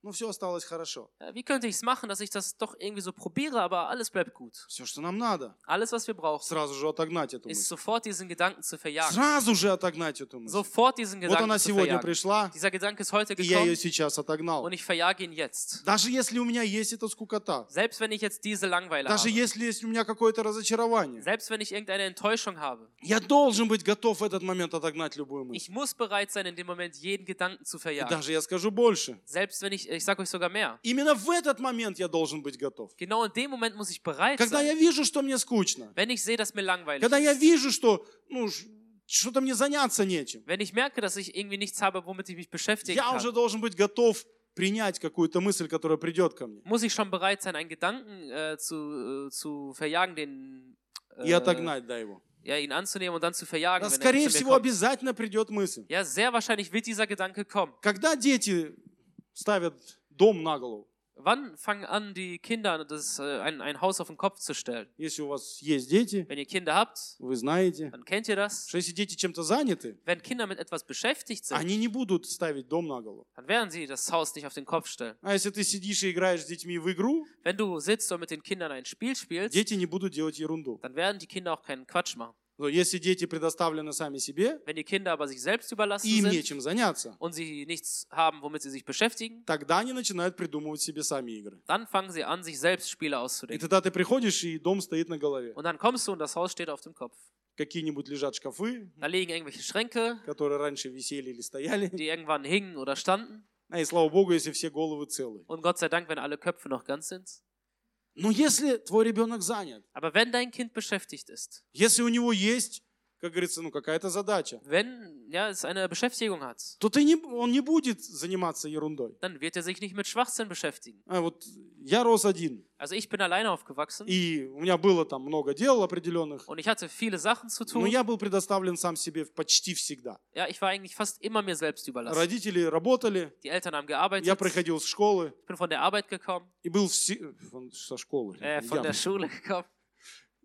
[SPEAKER 1] но все осталось хорошо.
[SPEAKER 2] Äh, Wie könnte ich es machen, dass ich das doch irgendwie so probiere, aber alles bleibt gut.
[SPEAKER 1] Все, что нам надо,
[SPEAKER 2] Alles, was wir brauchen,
[SPEAKER 1] сразу же отогнать эту
[SPEAKER 2] ist
[SPEAKER 1] мысль.
[SPEAKER 2] sofort diesen Gedanken zu verjagen.
[SPEAKER 1] Sразу же отогнать эту мысль.
[SPEAKER 2] Sofort diesen
[SPEAKER 1] Вот
[SPEAKER 2] Gedanken
[SPEAKER 1] она
[SPEAKER 2] zu
[SPEAKER 1] сегодня
[SPEAKER 2] verjagen.
[SPEAKER 1] пришла,
[SPEAKER 2] Dieser Gedanke ist heute
[SPEAKER 1] и я ее
[SPEAKER 2] gekommen
[SPEAKER 1] сейчас отогнал.
[SPEAKER 2] und ich verjage ihn jetzt.
[SPEAKER 1] Даже если у меня есть эта скукота,
[SPEAKER 2] Selbst wenn ich jetzt diese Langeweile
[SPEAKER 1] даже
[SPEAKER 2] habe,
[SPEAKER 1] если есть у меня какое-то разочарование,
[SPEAKER 2] selbst wenn ich irgendeine Enttäuschung habe,
[SPEAKER 1] я должен быть готов в этот момент отогнать любую мысль.
[SPEAKER 2] ich muss bereit sein, in dem Moment jeden Gedanken zu
[SPEAKER 1] И
[SPEAKER 2] verjagen.
[SPEAKER 1] даже я скажу больше.
[SPEAKER 2] Selbst wenn ich, ich sag euch sogar mehr,
[SPEAKER 1] Именно в этот момент я должен быть готов.
[SPEAKER 2] genau in dem Moment muss ich bereit
[SPEAKER 1] Когда я
[SPEAKER 2] sein,
[SPEAKER 1] вижу, что мне скучно,
[SPEAKER 2] wenn ich sehe, dass mir langweilig
[SPEAKER 1] когда я
[SPEAKER 2] ist,
[SPEAKER 1] вижу, что ну, ш- что-то мне заняться нечем.
[SPEAKER 2] Wenn ich merke, dass ich irgendwie nichts habe, womit ich mich beschäftigen
[SPEAKER 1] Я уже
[SPEAKER 2] kann,
[SPEAKER 1] должен быть готов принять какую-то мысль, которая придет ко мне,
[SPEAKER 2] muss ich schon bereit sein, einen Gedanken äh, zu, äh, zu verjagen, den äh,
[SPEAKER 1] и
[SPEAKER 2] Э,
[SPEAKER 1] отогнать, да, его.
[SPEAKER 2] ja, ihn anzunehmen und dann zu verjagen.
[SPEAKER 1] Да,
[SPEAKER 2] wenn er
[SPEAKER 1] скорее
[SPEAKER 2] zu mir
[SPEAKER 1] всего,
[SPEAKER 2] kommt.
[SPEAKER 1] обязательно придет мысль.
[SPEAKER 2] Ja, sehr wahrscheinlich wird dieser Gedanke kommen.
[SPEAKER 1] Когда дети ставят дом на голову,
[SPEAKER 2] Wann fangen an, die Kinder das, äh, ein, ein Haus auf den Kopf zu stellen?
[SPEAKER 1] если у вас есть дети,
[SPEAKER 2] Wenn ihr Kinder habt,
[SPEAKER 1] вы знаете,
[SPEAKER 2] dann kennt ihr das.
[SPEAKER 1] что если дети чем-то заняты,
[SPEAKER 2] Wenn Kinder mit etwas beschäftigt sind,
[SPEAKER 1] они не будут ставить дом на голову.
[SPEAKER 2] dann werden sie das Haus nicht auf den Kopf stellen.
[SPEAKER 1] А если ты сидишь и играешь с детьми в игру,
[SPEAKER 2] Wenn du sitzt und mit den Kindern ein Spiel spielst,
[SPEAKER 1] дети не будут делать ерунду.
[SPEAKER 2] dann werden die Kinder auch keinen Quatsch machen.
[SPEAKER 1] Но если дети предоставлены сами себе,
[SPEAKER 2] Wenn die Kinder aber sich selbst überlassen
[SPEAKER 1] и им
[SPEAKER 2] sind
[SPEAKER 1] нечем заняться,
[SPEAKER 2] und sie nichts haben, womit sie sich beschäftigen,
[SPEAKER 1] тогда они начинают придумывать себе сами игры.
[SPEAKER 2] dann fangen sie an, sich selbst Spiele
[SPEAKER 1] И
[SPEAKER 2] auszudenken.
[SPEAKER 1] тогда ты приходишь, и дом стоит на голове.
[SPEAKER 2] Und dann kommst du und das Haus steht auf dem Kopf.
[SPEAKER 1] Какие-нибудь лежат шкафы,
[SPEAKER 2] Da liegen irgendwelche Schränke,
[SPEAKER 1] которые раньше висели или стояли.
[SPEAKER 2] die irgendwann hingen oder standen.
[SPEAKER 1] А и слава богу, если все головы целы.
[SPEAKER 2] Und Gott sei Dank, wenn alle Köpfe noch ganz sind.
[SPEAKER 1] Но если твой ребенок занят,
[SPEAKER 2] Aber wenn dein Kind beschäftigt ist,
[SPEAKER 1] если у него есть, как говорится, ну какая-то задача,
[SPEAKER 2] wenn ja, es eine Beschäftigung hat,
[SPEAKER 1] то ты не, он не будет zaниматься ерундой.
[SPEAKER 2] dann wird er sich nicht mit Schwachsinn beschäftigen.
[SPEAKER 1] А вот я рос один,
[SPEAKER 2] Also ich bin alleine aufgewachsen
[SPEAKER 1] и у меня было там много дел определенных,
[SPEAKER 2] und ich hatte viele Sachen zu
[SPEAKER 1] но
[SPEAKER 2] tun.
[SPEAKER 1] я был предоставлен сам себе почти всегда.
[SPEAKER 2] Ja, ich war eigentlich fast immer mir selbst überlassen.
[SPEAKER 1] Родители работали,
[SPEAKER 2] Die Eltern haben
[SPEAKER 1] я
[SPEAKER 2] gearbeitet,
[SPEAKER 1] приходил с школы
[SPEAKER 2] ich bin von der Arbeit gekommen,
[SPEAKER 1] и был все... фон- со школы.
[SPEAKER 2] äh, von
[SPEAKER 1] явно.
[SPEAKER 2] der Schule gekommen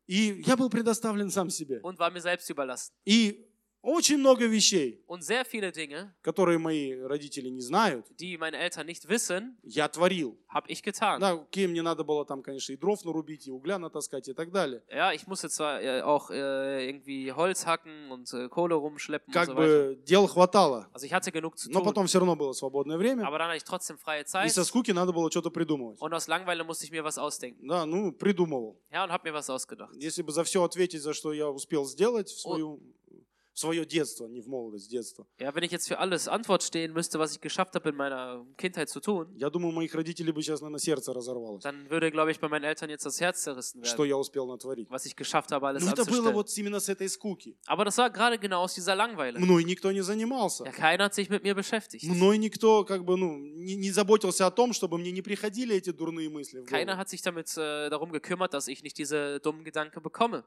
[SPEAKER 1] И я был предоставлен сам себе.
[SPEAKER 2] und war mir selbst überlassen.
[SPEAKER 1] И очень много вещей,
[SPEAKER 2] Und sehr viele Dinge,
[SPEAKER 1] которые мои родители не знают,
[SPEAKER 2] die meine Eltern nicht wissen,
[SPEAKER 1] я творил.
[SPEAKER 2] habe ich getan.
[SPEAKER 1] Да, окей, мне надо было там, конечно, и дров нарубить, и угля натаскать, и так далее.
[SPEAKER 2] Ja, ich musste zwar äh, auch äh, irgendwie Holz hacken und äh, Kohle rumschleppen und
[SPEAKER 1] Как
[SPEAKER 2] so weiter.
[SPEAKER 1] бы дел хватало.
[SPEAKER 2] Also ich hatte genug zu
[SPEAKER 1] Но
[SPEAKER 2] tun,
[SPEAKER 1] потом все равно было свободное время,
[SPEAKER 2] aber dann hatte ich trotzdem freie
[SPEAKER 1] и
[SPEAKER 2] Zeit
[SPEAKER 1] со скуки надо было что-то придумывать.
[SPEAKER 2] und aus Langeweile musste ich mir was ausdenken.
[SPEAKER 1] Да, ну, придумывал.
[SPEAKER 2] Ja, und habe mir was ausgedacht.
[SPEAKER 1] Если бы за все ответить, за что я успел сделать в, свою, в свое детство, не в молодость, детство,
[SPEAKER 2] Ja, wenn ich jetzt für alles Antwort stehen müsste, was ich geschafft habe in meiner Kindheit zu tun,
[SPEAKER 1] я думаю, моих родителей бы сейчас, наверное, сердце разорвалось,
[SPEAKER 2] dann würde, glaube ich, bei meinen Eltern jetzt das Herz zerrissen werden.
[SPEAKER 1] что я успел натворить.
[SPEAKER 2] was ich geschafft habe, alles
[SPEAKER 1] Ну, это было
[SPEAKER 2] anzustellen.
[SPEAKER 1] вот именно с этой скуки.
[SPEAKER 2] Aber das war gerade genau aus dieser Langeweile.
[SPEAKER 1] Мной никто не занимался.
[SPEAKER 2] Ja, keiner hat sich mit mir beschäftigt.
[SPEAKER 1] Мной никто как бы ну не, не заботился о том, чтобы мне не приходили эти дурные мысли. в голову.
[SPEAKER 2] Keiner hat sich damit äh, darum gekümmert, dass ich nicht diese dummen Gedanken bekomme.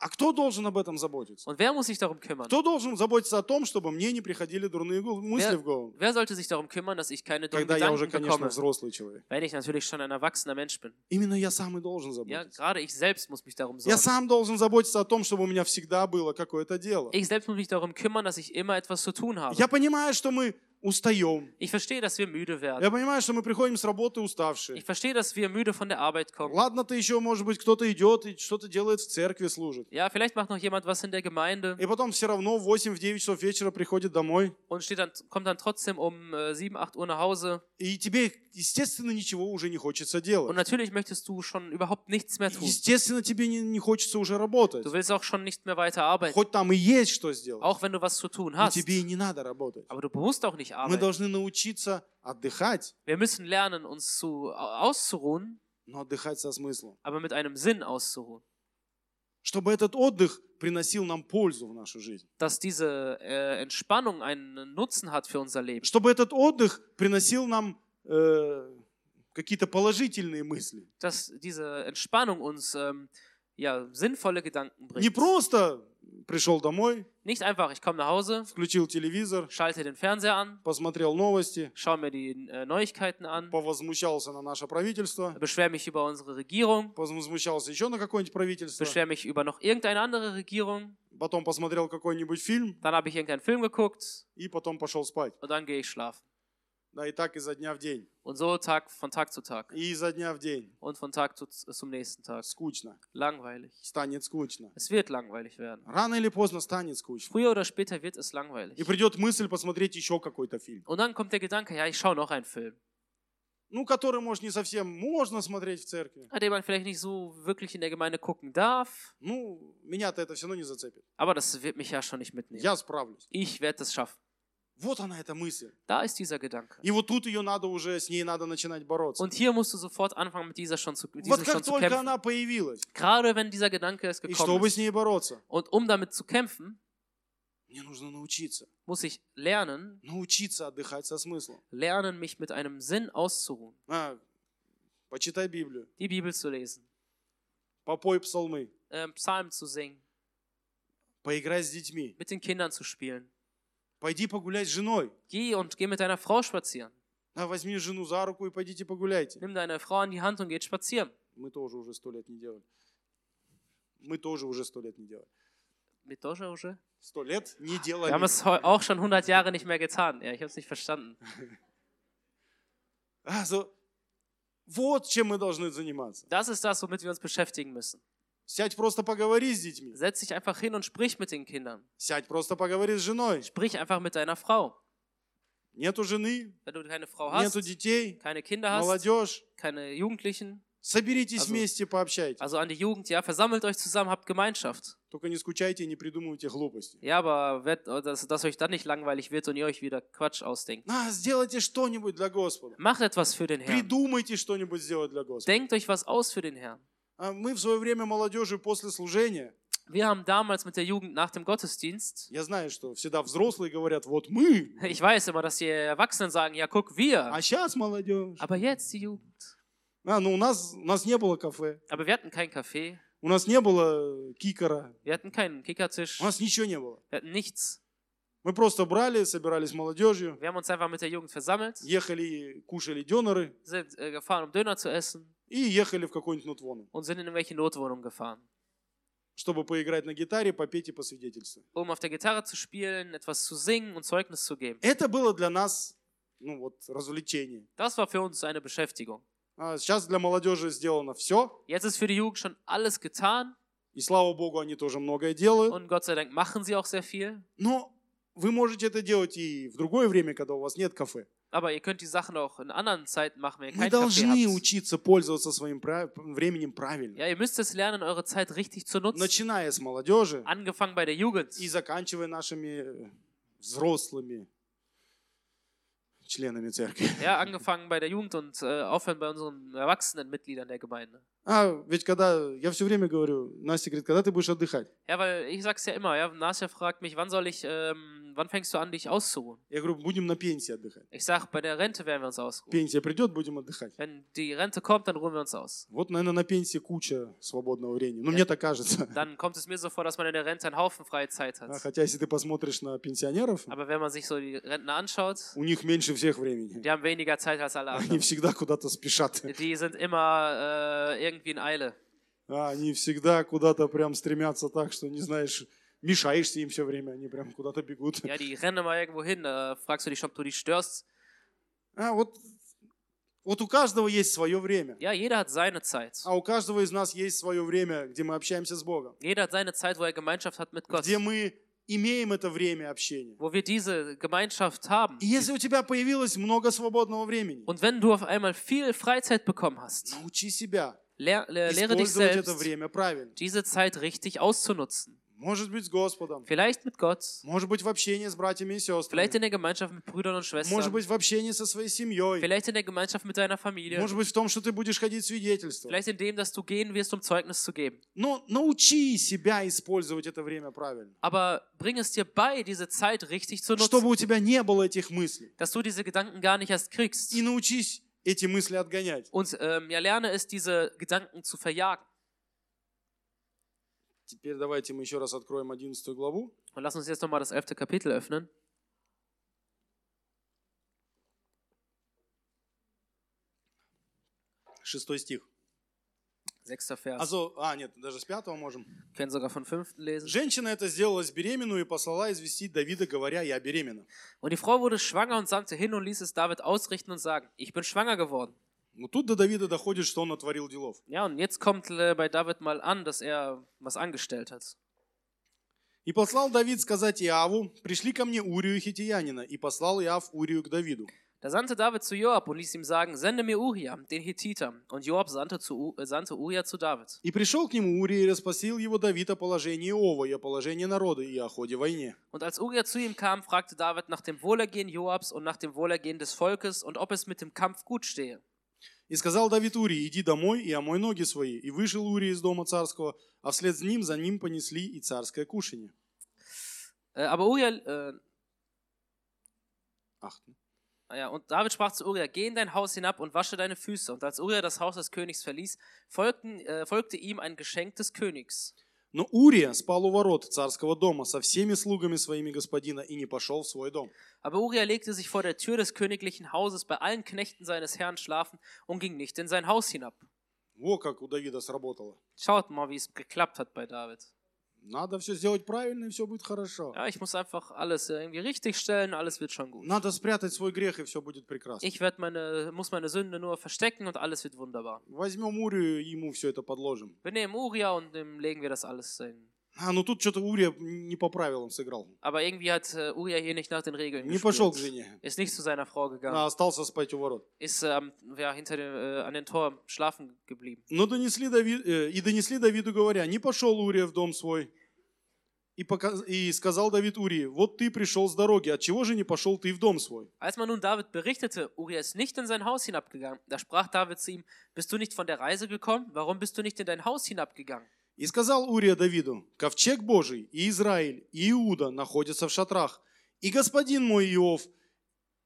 [SPEAKER 1] А кто должен об этом заботиться?
[SPEAKER 2] Und wer muss sich darum kümmern?
[SPEAKER 1] Кто должен заботиться о том, чтобы мне не приходили дурные гол- мысли
[SPEAKER 2] Wer-
[SPEAKER 1] в голову?
[SPEAKER 2] Wer sollte sich darum kümmern, dass ich keine dummen
[SPEAKER 1] Когда я уже,
[SPEAKER 2] Gedanken
[SPEAKER 1] конечно,
[SPEAKER 2] bekomme?
[SPEAKER 1] взрослый человек.
[SPEAKER 2] Wenn ich natürlich schon ein erwachsener Mensch bin.
[SPEAKER 1] Именно я сам и должен
[SPEAKER 2] Ja,
[SPEAKER 1] заботиться.
[SPEAKER 2] gerade ich selbst muss mich darum
[SPEAKER 1] Я
[SPEAKER 2] sorgen.
[SPEAKER 1] сам должен заботиться о том, чтобы у меня всегда было какое-то дело.
[SPEAKER 2] Ich selbst muss mich darum kümmern, dass ich immer etwas zu tun habe.
[SPEAKER 1] Я понимаю, что мы устаем.
[SPEAKER 2] Ich verstehe, dass wir müde werden.
[SPEAKER 1] Я понимаю, что мы приходим с работы уставшие.
[SPEAKER 2] Ich verstehe, dass wir müde von der Arbeit kommen.
[SPEAKER 1] Ладно, ты еще, может быть, кто-то идет и что-то делает в церкви, служит.
[SPEAKER 2] Ja, vielleicht macht noch jemand was in der Gemeinde
[SPEAKER 1] И потом все равно в 8-9 часов вечера приходит домой.
[SPEAKER 2] und steht dann, kommt dann trotzdem um äh, 7, 8 Uhr nach Hause
[SPEAKER 1] И тебе, естественно, ничего уже не хочется
[SPEAKER 2] Und
[SPEAKER 1] делать.
[SPEAKER 2] natürlich möchtest du schon überhaupt nichts mehr tun.
[SPEAKER 1] Естественно, тебе не, не хочется уже работать.
[SPEAKER 2] Du willst auch schon nicht mehr weiter arbeiten,
[SPEAKER 1] Хоть там и есть что сделать,
[SPEAKER 2] auch wenn du was zu tun
[SPEAKER 1] но
[SPEAKER 2] hast.
[SPEAKER 1] тебе и не надо работать.
[SPEAKER 2] Aber du musst auch nicht
[SPEAKER 1] Мы
[SPEAKER 2] arbeiten.
[SPEAKER 1] должны научиться отдыхать,
[SPEAKER 2] Wir müssen lernen, uns zu au- auszuruhen,
[SPEAKER 1] но отдыхать со смыслом.
[SPEAKER 2] aber mit einem Sinn auszuruhen.
[SPEAKER 1] Чтобы этот отдых приносил нам пользу в нашу жизнь.
[SPEAKER 2] Dass diese äh, Entspannung einen Nutzen hat für unser Leben.
[SPEAKER 1] Чтобы этот отдых приносил нам э, какие-то положительные мысли.
[SPEAKER 2] Dass diese Entspannung uns ähm, ja, sinnvolle Gedanken
[SPEAKER 1] Не
[SPEAKER 2] bringt.
[SPEAKER 1] просто пришел домой,
[SPEAKER 2] Nicht einfach, ich komme nach Hause,
[SPEAKER 1] включил телевизор,
[SPEAKER 2] schalte den Fernseher an,
[SPEAKER 1] посмотрел новости,
[SPEAKER 2] schaue mir die äh, Neuigkeiten an,
[SPEAKER 1] повозмущался на наше правительство,
[SPEAKER 2] beschwere mich über unsere Regierung,
[SPEAKER 1] возмущался еще на какое-нибудь правительство,
[SPEAKER 2] beschwere mich über noch irgendeine andere Regierung.
[SPEAKER 1] потом посмотрел какой-нибудь фильм
[SPEAKER 2] Dann habe ich irgendeinen Film geguckt
[SPEAKER 1] и потом пошел спать.
[SPEAKER 2] und dann gehe ich schlafen.
[SPEAKER 1] Да, и так изо дня в день,
[SPEAKER 2] Und so Tag von Tag zu Tag
[SPEAKER 1] и изо дня в день.
[SPEAKER 2] und von Tag zu, zum nächsten Tag.
[SPEAKER 1] Скучно.
[SPEAKER 2] Langweilig.
[SPEAKER 1] Станет скучно.
[SPEAKER 2] Es wird langweilig werden.
[SPEAKER 1] Рано или поздно станет скучно.
[SPEAKER 2] Früher oder später wird es
[SPEAKER 1] И
[SPEAKER 2] langweilig.
[SPEAKER 1] придет мысль посмотреть еще какой-то фильм.
[SPEAKER 2] Und dann kommt der Gedanke, ja, ich schaue noch einen Film,
[SPEAKER 1] Ну, который, может, не совсем можно смотреть в церкви.
[SPEAKER 2] ja, den man vielleicht nicht so wirklich in der Gemeinde gucken darf,
[SPEAKER 1] Ну, меня-то это все равно не зацепит.
[SPEAKER 2] aber das wird mich ja schon nicht mitnehmen.
[SPEAKER 1] Я справлюсь.
[SPEAKER 2] Ich werde das schaffen.
[SPEAKER 1] Вот она, эта мысль.
[SPEAKER 2] Da ist dieser Gedanke.
[SPEAKER 1] И вот тут ее надо уже, с ней надо начинать бороться.
[SPEAKER 2] Und hier musst du sofort anfangen, mit dieser schon zu, mit
[SPEAKER 1] Вот
[SPEAKER 2] diesem schon
[SPEAKER 1] как
[SPEAKER 2] zu
[SPEAKER 1] только
[SPEAKER 2] kämpfen.
[SPEAKER 1] она появилась,
[SPEAKER 2] Gerade wenn dieser Gedanke ist
[SPEAKER 1] и чтобы
[SPEAKER 2] gekommen ist.
[SPEAKER 1] с ней бороться,
[SPEAKER 2] Und um damit zu kämpfen,
[SPEAKER 1] Мне нужно научиться.
[SPEAKER 2] muss ich lernen,
[SPEAKER 1] Научиться отдыхать со смыслом.
[SPEAKER 2] lernen, mich mit einem Sinn auszuruhen,
[SPEAKER 1] А, почитай Библию,
[SPEAKER 2] die Bibel zu lesen,
[SPEAKER 1] попой псалмы,
[SPEAKER 2] äh, Psalmen zu singen,
[SPEAKER 1] поиграй с детьми,
[SPEAKER 2] mit den Kindern zu spielen.
[SPEAKER 1] пойди погулять с женой.
[SPEAKER 2] Geh und geh mit deiner Frau spazieren.
[SPEAKER 1] А, возьми жену за руку и пойдите погуляйте.
[SPEAKER 2] Nimm deine Frau an die Hand und geht spazieren.
[SPEAKER 1] Мы тоже уже сто лет не делали. Мы тоже уже сто лет не делали.
[SPEAKER 2] Mit Doja уже?
[SPEAKER 1] Сто лет не
[SPEAKER 2] Wir haben
[SPEAKER 1] делали.
[SPEAKER 2] es heu- auch schon 100 Jahre nicht mehr getan. Ja, ich habe es nicht verstanden.
[SPEAKER 1] А, за- Вот чем мы должны заниматься.
[SPEAKER 2] Das ist das, womit wir uns beschäftigen müssen.
[SPEAKER 1] Сядь просто поговори с детьми.
[SPEAKER 2] Setz dich einfach hin und sprich mit den Kindern.
[SPEAKER 1] Сядь просто поговори с женой.
[SPEAKER 2] Sprich einfach mit deiner Frau.
[SPEAKER 1] Нету жены,
[SPEAKER 2] Wenn du keine Frau hast,
[SPEAKER 1] нету детей,
[SPEAKER 2] keine Kinder hast,
[SPEAKER 1] молодежь.
[SPEAKER 2] keine Jugendlichen,
[SPEAKER 1] Соберитесь
[SPEAKER 2] Also-
[SPEAKER 1] вместе, пообщайтесь.
[SPEAKER 2] also an die Jugend, ja, versammelt euch zusammen, habt Gemeinschaft.
[SPEAKER 1] Только не скучайте и не придумывайте глупости.
[SPEAKER 2] Ja, aber wird, dass, dass euch dann nicht langweilig wird und ihr euch wieder Quatsch ausdenkt.
[SPEAKER 1] На, сделайте что-нибудь для Господа.
[SPEAKER 2] Macht etwas für den Herrn.
[SPEAKER 1] Придумайте что-нибудь сделать для Господа.
[SPEAKER 2] Denkt euch was aus für den Herrn.
[SPEAKER 1] А Мы в свое время молодежи после служения,
[SPEAKER 2] Wir haben damals mit der Jugend nach dem Gottesdienst,
[SPEAKER 1] я знаю, что всегда взрослые говорят, вот мы,
[SPEAKER 2] ich weiß immer, dass die Erwachsenen sagen, ja, guck, wir.
[SPEAKER 1] а сейчас молодежь.
[SPEAKER 2] Aber jetzt die Jugend.
[SPEAKER 1] А, ну у нас, у нас не было кафе,
[SPEAKER 2] Aber wir hatten keinen Kaffee,
[SPEAKER 1] у нас не было кикара,
[SPEAKER 2] wir hatten keinen Kickertisch,
[SPEAKER 1] у нас ничего не было.
[SPEAKER 2] wir hatten nichts.
[SPEAKER 1] Мы просто брали, собирались молодежью,
[SPEAKER 2] Wir haben uns einfach mit der Jugend versammelt,
[SPEAKER 1] ехали, кушали доноры
[SPEAKER 2] sind äh, gefahren, um Döner zu essen
[SPEAKER 1] и ехали в какой-нибудь Нутвону,
[SPEAKER 2] und sind in irgendwelche Notwohnungen gefahren,
[SPEAKER 1] чтобы поиграть на гитаре, попеть и посвидетельствовать.
[SPEAKER 2] um auf der Gitarre zu spielen, etwas zu singen und Zeugnis zu geben.
[SPEAKER 1] Это было для нас, ну вот, развлечение.
[SPEAKER 2] Das war für uns eine Beschäftigung.
[SPEAKER 1] А сейчас для молодежи сделано все,
[SPEAKER 2] Jetzt ist für die Jugend schon alles getan
[SPEAKER 1] и слава богу, они тоже многое делают.
[SPEAKER 2] und Gott sei Dank machen sie auch sehr viel.
[SPEAKER 1] Но вы можете это делать и в другое время, когда у вас нет кафе.
[SPEAKER 2] Aber ihr könnt die Sachen auch in anderen Zeiten machen, wenn ihr
[SPEAKER 1] Мы
[SPEAKER 2] keinen
[SPEAKER 1] должны
[SPEAKER 2] Kaffee habt.
[SPEAKER 1] учиться пользоваться своим пра- временем правильно.
[SPEAKER 2] Ja, ihr müsst es lernen, eure Zeit richtig zu nutzen.
[SPEAKER 1] Начиная с молодежи
[SPEAKER 2] Angefangen bei der Jugend
[SPEAKER 1] и заканчивая нашими э, взрослыми членами церкви.
[SPEAKER 2] Ja, angefangen bei der Jugend und äh, aufhören bei unseren erwachsenen Mitgliedern der Gemeinde.
[SPEAKER 1] А ведь когда, я все время говорю, Настя говорит, когда ты будешь отдыхat?
[SPEAKER 2] Ja, weil ich sag's ja immer, ja, Nasja fragt mich, wann soll ich, ähm, wann fängst du an, dich auszuruhen?
[SPEAKER 1] Я говорю, будем на пенсии отдыхать.
[SPEAKER 2] Ich sag, bei der Rente werden wir uns ausruhen.
[SPEAKER 1] Пенсия придет, будем отдыхать.
[SPEAKER 2] Wenn die Rente kommt, dann ruhen wir uns aus.
[SPEAKER 1] Вот, наверное, на пенсии куча свободного времени. Ну, мне так кажется.
[SPEAKER 2] Dann kommt es mir so vor, dass man in der Rente einen Haufen freie Zeit
[SPEAKER 1] А,
[SPEAKER 2] hat.
[SPEAKER 1] Хотя, если ты посмотришь на пенсионеров,
[SPEAKER 2] Aber wenn man sich so die Rentner anschaut,
[SPEAKER 1] у них меньше всех времени.
[SPEAKER 2] die haben weniger Zeit als alle
[SPEAKER 1] Они
[SPEAKER 2] anderen.
[SPEAKER 1] всегда куда-то спешат.
[SPEAKER 2] Die sind immer äh, irgendwie in Eile.
[SPEAKER 1] А, Они всегда куда-то прям стремятся так, что не знаешь, мешаешься им все время, они прям куда-то бегут.
[SPEAKER 2] Ja, die rennen mal irgendwo hin. Da fragst du dich, ob du dich störst.
[SPEAKER 1] А вот, вот у каждого есть свое время.
[SPEAKER 2] Ja, jeder hat seine Zeit.
[SPEAKER 1] А у каждого из нас есть свое время, где мы общаемся с Богом.
[SPEAKER 2] Jeder hat seine Zeit, wo er Gemeinschaft hat mit Gott.
[SPEAKER 1] Где мы имеем это время общения.
[SPEAKER 2] wo wir diese Gemeinschaft haben.
[SPEAKER 1] И если у тебя появилось много свободного времени,
[SPEAKER 2] Und wenn du auf einmal viel Freizeit bekommen hast,
[SPEAKER 1] научи себя
[SPEAKER 2] lehr, äh, lehre dich
[SPEAKER 1] использовать это
[SPEAKER 2] selbst,
[SPEAKER 1] время правильно.
[SPEAKER 2] diese Zeit richtig auszunutzen.
[SPEAKER 1] Может быть, с Господом.
[SPEAKER 2] Vielleicht mit Gott,
[SPEAKER 1] Может быть, в общении с братьями и
[SPEAKER 2] vielleicht
[SPEAKER 1] сестрами.
[SPEAKER 2] in der Gemeinschaft mit Brüdern und
[SPEAKER 1] Может
[SPEAKER 2] Schwestern,
[SPEAKER 1] быть, в общении со своей семьей.
[SPEAKER 2] vielleicht in der Gemeinschaft mit deiner Familie,
[SPEAKER 1] Может быть, в том, что ты будешь ходить свидетельствовать.
[SPEAKER 2] vielleicht in dem, dass du gehen wirst, um Zeugnis zu geben.
[SPEAKER 1] Но научи себя использовать это время правильно.
[SPEAKER 2] Aber bring es dir bei, diese Zeit richtig zu
[SPEAKER 1] Чтобы
[SPEAKER 2] nutzen,
[SPEAKER 1] у тебя не было этих мыслей.
[SPEAKER 2] dass du diese Gedanken gar nicht erst kriegst.
[SPEAKER 1] И научись эти мысли отгонять.
[SPEAKER 2] Und ähm, ja, lerne es, diese Gedanken zu verjagen.
[SPEAKER 1] Теперь давайте мы еще раз откроем 11 главу.
[SPEAKER 2] Und lass uns jetzt nochmal das elfte Kapitel öffnen.
[SPEAKER 1] Шестой стих.
[SPEAKER 2] Sechster Vers.
[SPEAKER 1] Азо- А, нет, даже с пятого можем.
[SPEAKER 2] Wir können sogar von fünften lesen.
[SPEAKER 1] Женщина это сделала с беременную и послала известить Давида, говоря, я беременна.
[SPEAKER 2] Und die Frau wurde schwanger und sandte hin und ließ es David ausrichten und sagen, ich bin schwanger geworden.
[SPEAKER 1] Но тут до Давида доходит, что он натворил делов.
[SPEAKER 2] Ja, und jetzt kommt äh, bei David mal an, dass er was angestellt hat.
[SPEAKER 1] И послал Давид сказать Иаву, пришли ко мне Урию Хитиянина. И послал Иав Урию к Давиду.
[SPEAKER 2] Da sandte David zu Joab und ließ ihm sagen, sende mir Uriah, den Hethiter. Und Joab sandte, zu, U- äh, sandte Uriah zu David.
[SPEAKER 1] И пришел к нему Урия и расспросил его Давид о положении Иова и о положении народа и о ходе войне.
[SPEAKER 2] Und als Uriah zu ihm kam, fragte David nach dem Wohlergehen Joabs und nach dem Wohlergehen des Volkes und ob es mit dem Kampf gut stehe.
[SPEAKER 1] И сказал Давид Урии, иди домой и омой ноги свои. И вышел Урия из дома царского, а вслед за ним за ним понесли и царское кушанье.
[SPEAKER 2] Äh, aber Uriel,
[SPEAKER 1] Achten.
[SPEAKER 2] äh, ja, und David sprach zu Uriel, geh in dein Haus hinab und wasche deine Füße. Und als Uriel das Haus des Königs verließ, folgten, äh, folgte ihm ein Geschenk des Königs.
[SPEAKER 1] Но Урия спал у ворот царского дома со всеми слугами своими господина и не пошел в свой дом.
[SPEAKER 2] Aber Uriel legte sich vor der Tür des königlichen Hauses bei allen Knechten seines Herrn schlafen und ging nicht in sein Haus hinab.
[SPEAKER 1] Во как у Давида сработало.
[SPEAKER 2] Schaut mal, wie es geklappt hat bei David.
[SPEAKER 1] Надо все сделать правильно, и все будет хорошо.
[SPEAKER 2] Ja, ich muss einfach alles äh, irgendwie richtig stellen, alles wird schon gut.
[SPEAKER 1] Надо спрятать свой грех, и все будет прекрасно.
[SPEAKER 2] Ich werd meine, muss meine Sünde nur verstecken und alles wird wunderbar.
[SPEAKER 1] Возьмем Урию и ему все это подложим.
[SPEAKER 2] Wir nehmen Uria und dem legen wir das alles hin.
[SPEAKER 1] А, ну тут что-то Урия не по правилам сыграл.
[SPEAKER 2] Aber irgendwie hat äh, Uria hier nicht nach den Regeln
[SPEAKER 1] Не пошел к
[SPEAKER 2] gespielt.
[SPEAKER 1] жене,
[SPEAKER 2] Ist nicht zu seiner Frau gegangen.
[SPEAKER 1] а остался спать у ворот.
[SPEAKER 2] Ist äh, am- ja, hinter dem, äh, an den Tor schlafen geblieben.
[SPEAKER 1] Но донесли Дави- э, и донесли Давиду, говоря, не пошел Урия в дом свой. И, пока- и сказал Давид Урии, вот ты пришел с дороги, отчего же не пошел ты в дом свой?
[SPEAKER 2] Als man nun David berichtete, Uria ist nicht in sein Haus hinabgegangen, da sprach David zu ihm, bist du nicht von der Reise gekommen? Warum bist du nicht in dein Haus hinabgegangen?
[SPEAKER 1] И сказал Урия Давиду, ковчег Божий и Израиль, и Иуда находятся в шатрах, и господин мой Иов,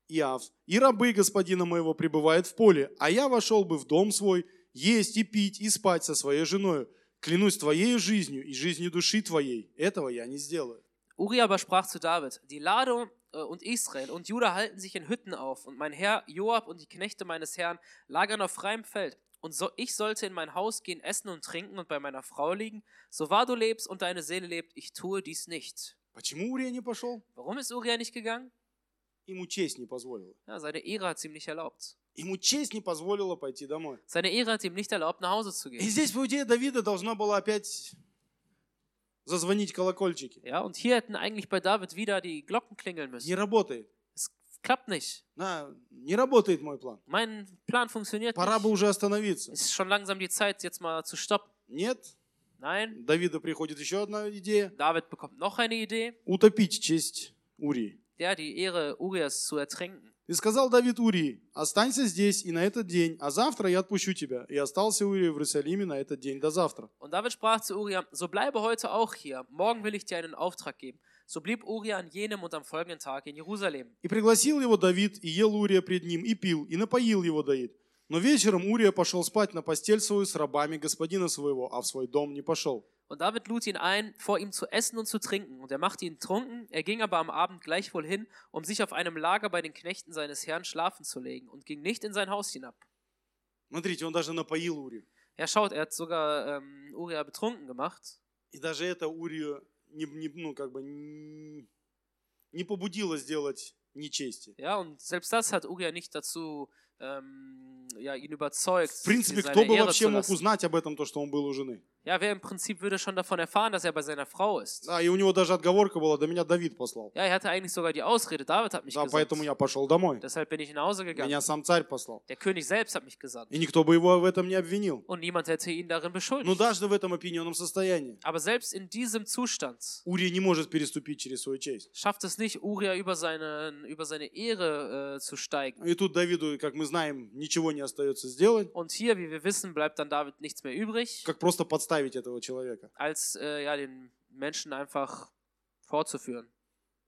[SPEAKER 1] Иав, и рабы господина моего пребывают в поле, а я вошел бы в дом свой, есть и пить, и спать со своей женою. Клянусь твоей жизнью и жизнью души твоей, этого я не сделаю.
[SPEAKER 2] Uri aber sprach zu David: Die Lade äh, und Israel und Juda halten sich in Hütten auf, und mein Herr Joab und die Knechte meines Herrn lagern auf freiem Feld. Und so, ich sollte in mein Haus gehen, essen und trinken und bei meiner Frau liegen. So wahr du lebst und deine Seele lebt, ich tue dies nicht.
[SPEAKER 1] Почему Урия не пошел?
[SPEAKER 2] Warum ist Uriah nicht gegangen?
[SPEAKER 1] Ему честь не позволила.
[SPEAKER 2] Ja, seine Ehre hat es ihm nicht erlaubt.
[SPEAKER 1] Ему честь не позволила пойти домой.
[SPEAKER 2] Seine Ehre hat ihm nicht erlaubt, nach Hause zu
[SPEAKER 1] И
[SPEAKER 2] gehen.
[SPEAKER 1] здесь, по идее, Давида должна была опять зазвонить колокольчики.
[SPEAKER 2] Ja, und hier hätten eigentlich bei David wieder die Glocken klingeln müssen.
[SPEAKER 1] Не работает.
[SPEAKER 2] Es klappt nicht.
[SPEAKER 1] Да, не работает мой план.
[SPEAKER 2] Mein Plan funktioniert
[SPEAKER 1] Пора бы
[SPEAKER 2] nicht.
[SPEAKER 1] уже остановиться.
[SPEAKER 2] Es ist schon langsam die Zeit, jetzt mal zu stoppen.
[SPEAKER 1] Нет,
[SPEAKER 2] Nein,
[SPEAKER 1] Давида приходит еще одна идея.
[SPEAKER 2] David bekommt noch eine Idee,
[SPEAKER 1] Утопить честь Урии.
[SPEAKER 2] der die Ehre Urias zu ertränken.
[SPEAKER 1] И сказал Давид Урии, останься здесь и на этот день, а завтра я отпущу тебя. И остался Урия в Иерусалиме на этот день до завтра.
[SPEAKER 2] Und David sprach zu Uria, so bleibe heute auch hier, morgen will ich dir einen Auftrag geben. So blieb Uria an jenem und am folgenden Tag in Jerusalem.
[SPEAKER 1] И пригласил его Давид, и ел Урия пред ним, и пил, и напоил его Давид. Но вечером Урия пошел спать на постель свою с рабами господина своего, а в свой дом не пошел.
[SPEAKER 2] Und David lud ihn ein, vor ihm zu essen und zu trinken, und er machte ihn trunken, er ging aber am Abend gleichwohl hin, um sich auf einem Lager bei den Knechten seines Herrn schlafen zu legen, und ging nicht in sein Haus hinab.
[SPEAKER 1] Смотрите, он даже напоил Урию.
[SPEAKER 2] Er schaut, er hat sogar ähm, Uria betrunken gemacht.
[SPEAKER 1] И даже это Урию не, не- ну, как бы, н- не побудило сделать нечести.
[SPEAKER 2] Ja, und selbst das hat Uria nicht dazu, ähm, ja, ihn überzeugt,
[SPEAKER 1] В принципе,
[SPEAKER 2] seine
[SPEAKER 1] кто бы
[SPEAKER 2] Ehre zu
[SPEAKER 1] вообще мог
[SPEAKER 2] lassen.
[SPEAKER 1] узнать об этом, то, что он был у жены?
[SPEAKER 2] Ja, wer im Prinzip würde schon davon erfahren, dass er bei seiner Frau ist.
[SPEAKER 1] Да, и у него даже отговорка была, да меня Давид послал.
[SPEAKER 2] Ja, er hatte eigentlich sogar die Ausrede, David hat mich
[SPEAKER 1] Да,
[SPEAKER 2] gesandt.
[SPEAKER 1] поэтому я пошел домой.
[SPEAKER 2] Deshalb bin ich nach Hause gegangen.
[SPEAKER 1] Меня сам царь послал.
[SPEAKER 2] Der König selbst hat mich gesandt.
[SPEAKER 1] И никто бы его в этом не обвинил.
[SPEAKER 2] Und niemand hätte ihn darin
[SPEAKER 1] Но
[SPEAKER 2] beschuldigt.
[SPEAKER 1] даже в этом опьяненном состоянии
[SPEAKER 2] Aber selbst in diesem Zustand
[SPEAKER 1] Урия не может переступить через свою честь.
[SPEAKER 2] schafft es nicht, Uria über, seinen, über seine Ehre äh, zu steigen.
[SPEAKER 1] И тут Давиду, как мы знаем, nичего не остается сделать,
[SPEAKER 2] Und hier, wie wir wissen, bleibt dann David nichts mehr übrig,
[SPEAKER 1] как просто подставить этого человека.
[SPEAKER 2] als äh, ja, den Menschen einfach vorzuführen.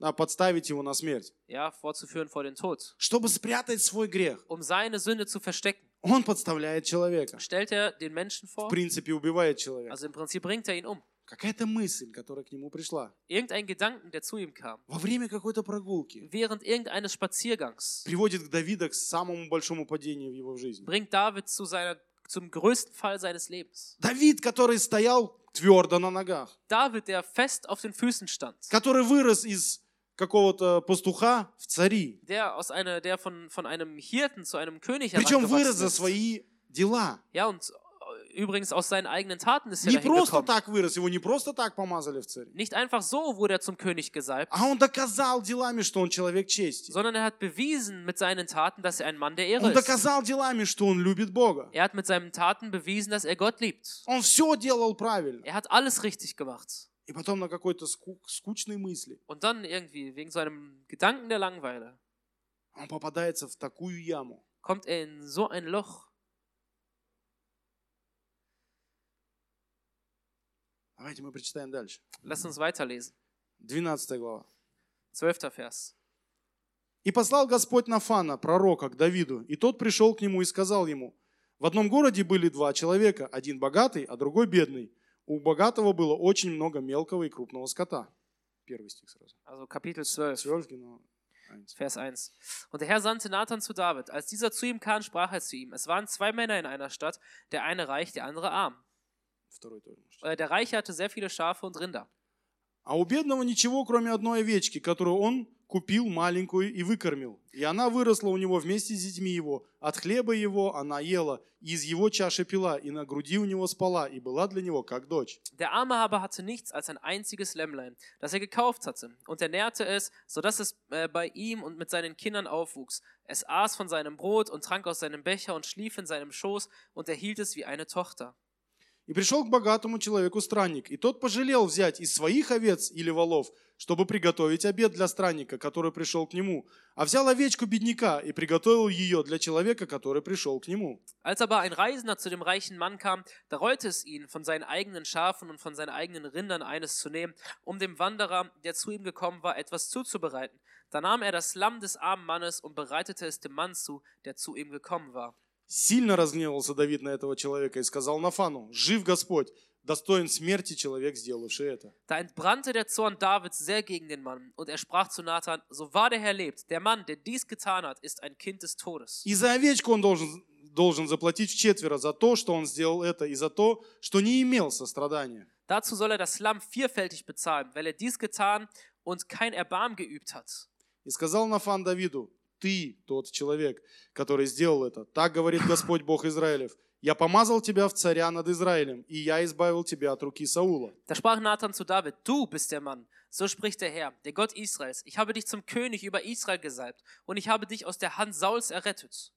[SPEAKER 1] А подставить его на смерть.
[SPEAKER 2] Ja, vorzuführen vor den Tod.
[SPEAKER 1] Чтобы спрятать свой грех,
[SPEAKER 2] Um seine Sünde zu verstecken,
[SPEAKER 1] он подставляет человека.
[SPEAKER 2] stellt er den Menschen
[SPEAKER 1] В
[SPEAKER 2] vor.
[SPEAKER 1] принципе, убивает человека.
[SPEAKER 2] Also im Prinzip bringt er ihn um.
[SPEAKER 1] Какая-то мысль, которая к нему пришла.
[SPEAKER 2] irgendein Gedanken, der zu ihm kam,
[SPEAKER 1] Во время какой-то прогулки.
[SPEAKER 2] während irgendeines Spaziergangs,
[SPEAKER 1] приводит к Давида к самому большому падению в его жизни.
[SPEAKER 2] bringt David zu seiner, zum größten Fall seines Lebens.
[SPEAKER 1] Давид, который стоял твердо на ногах,
[SPEAKER 2] David, der fest auf den Füßen stand,
[SPEAKER 1] который вырос из какого-то пастуха в цари,
[SPEAKER 2] der, aus einer, der von, von einem Hirten zu einem König
[SPEAKER 1] причем вырос
[SPEAKER 2] herangewachsen
[SPEAKER 1] за
[SPEAKER 2] ist.
[SPEAKER 1] свои дела.
[SPEAKER 2] Ja, und äh, übrigens aus seinen eigenen Taten ist er
[SPEAKER 1] Не
[SPEAKER 2] dahin
[SPEAKER 1] просто
[SPEAKER 2] gekommen.
[SPEAKER 1] так вырос, его не просто так помазали в цари,
[SPEAKER 2] Nicht einfach so wurde er zum König gesalbt,
[SPEAKER 1] а он доказал делами, что он человек чести.
[SPEAKER 2] sondern er hat bewiesen mit seinen Taten, dass er ein Mann der Ehre
[SPEAKER 1] Он
[SPEAKER 2] ist.
[SPEAKER 1] доказал делами, что он любит Бога.
[SPEAKER 2] Er hat mit seinen Taten bewiesen, dass er Gott liebt.
[SPEAKER 1] Он все делал правильно.
[SPEAKER 2] Er hat alles richtig gemacht.
[SPEAKER 1] И потом на какой-то ску- скучной мысли
[SPEAKER 2] Und dann irgendwie, wegen so einem Gedanken der Langeweile,
[SPEAKER 1] он попадается в такую яму,
[SPEAKER 2] kommt er in so ein Loch.
[SPEAKER 1] Давайте мы прочитаем дальше.
[SPEAKER 2] Lass uns weiterlesen.
[SPEAKER 1] 12 глава.
[SPEAKER 2] 12. Vers.
[SPEAKER 1] «И послал Господь Нафана, пророка, к Давиду, и тот пришел к нему и сказал ему, в одном городе были два человека, один богатый, а другой бедный. У богатого было очень много мелкого и крупного скота». Первый стих сразу.
[SPEAKER 2] Also Kapitel 12.
[SPEAKER 1] 12, genau. Eins.
[SPEAKER 2] Vers 1. Und der Herr sandte Nathan zu David. Als dieser zu ihm kam, sprach er zu ihm: Es waren zwei Männer in einer Stadt, der eine reich, der andere arm.
[SPEAKER 1] Второй тоже. может.
[SPEAKER 2] Äh, Der Reiche hatte sehr viele Schafe und Rinder.
[SPEAKER 1] «А у бедного ничего, кроме одной овечки, которую он купил маленькую и выкормил. И она выросла у него вместе с детьми его. От хлеба его она ела, и из его чаши пила, и на груди у него спала, и была для него как дочь».
[SPEAKER 2] Der arme aber hatte nichts als ein einziges Lämmlein, das er gekauft hatte, und er nährte es, sodass es äh, bei ihm und mit seinen Kindern aufwuchs. Es aß von seinem Brot und trank aus seinem Becher und schlief in seinem Schoß und erhielt es wie eine Tochter.
[SPEAKER 1] И пришел к богатому человеку странник, и тот пожалел взять из своих овец или волов, чтобы приготовить обед для странника, который пришел к нему, а взял овечку бедняка и приготовил ее для человека, который пришел к нему.
[SPEAKER 2] Als aber ein Reisender zu dem reichen Mann kam, da reute es ihn, von seinen eigenen Schafen und von seinen eigenen Rindern eines zu nehmen, um dem Wanderer, der zu ihm gekommen war, etwas zuzubereiten. Da nahm er das Lamm des armen Mannes und bereitete es dem Mann zu, der zu ihm gekommen war.
[SPEAKER 1] Сильно разгневался Давид на этого человека и сказал Нафану, «Жив Господь, достоин смерти человек, сделавший это».
[SPEAKER 2] Da entbrannte der Zorn Davids sehr gegen den Mann, und er sprach zu Nathan: So wahr der Herr lebt, der Mann, der dies getan hat, ist ein Kind des Todes.
[SPEAKER 1] И за овечку он должен, должен заплатить вчетверо за то, что он сделал это, и за то, что не имел сострадания.
[SPEAKER 2] Dazu soll er das Lamm vierfältig bezahlen, weil er dies getan und kein Erbarm geübt hat.
[SPEAKER 1] И сказал Нафан Давиду, ты тот человек, который сделал это. Так говорит Господь Бог Израилев. Я помазал тебя в царя над Израилем, и я избавил тебя от руки Саула.
[SPEAKER 2] Da sprach Nathan zu David: Du bist der Mann. So spricht der Herr, der Gott Israels. Ich habe dich zum König über Israel gesalbt, und ich habe dich aus der Hand Sauls errettet.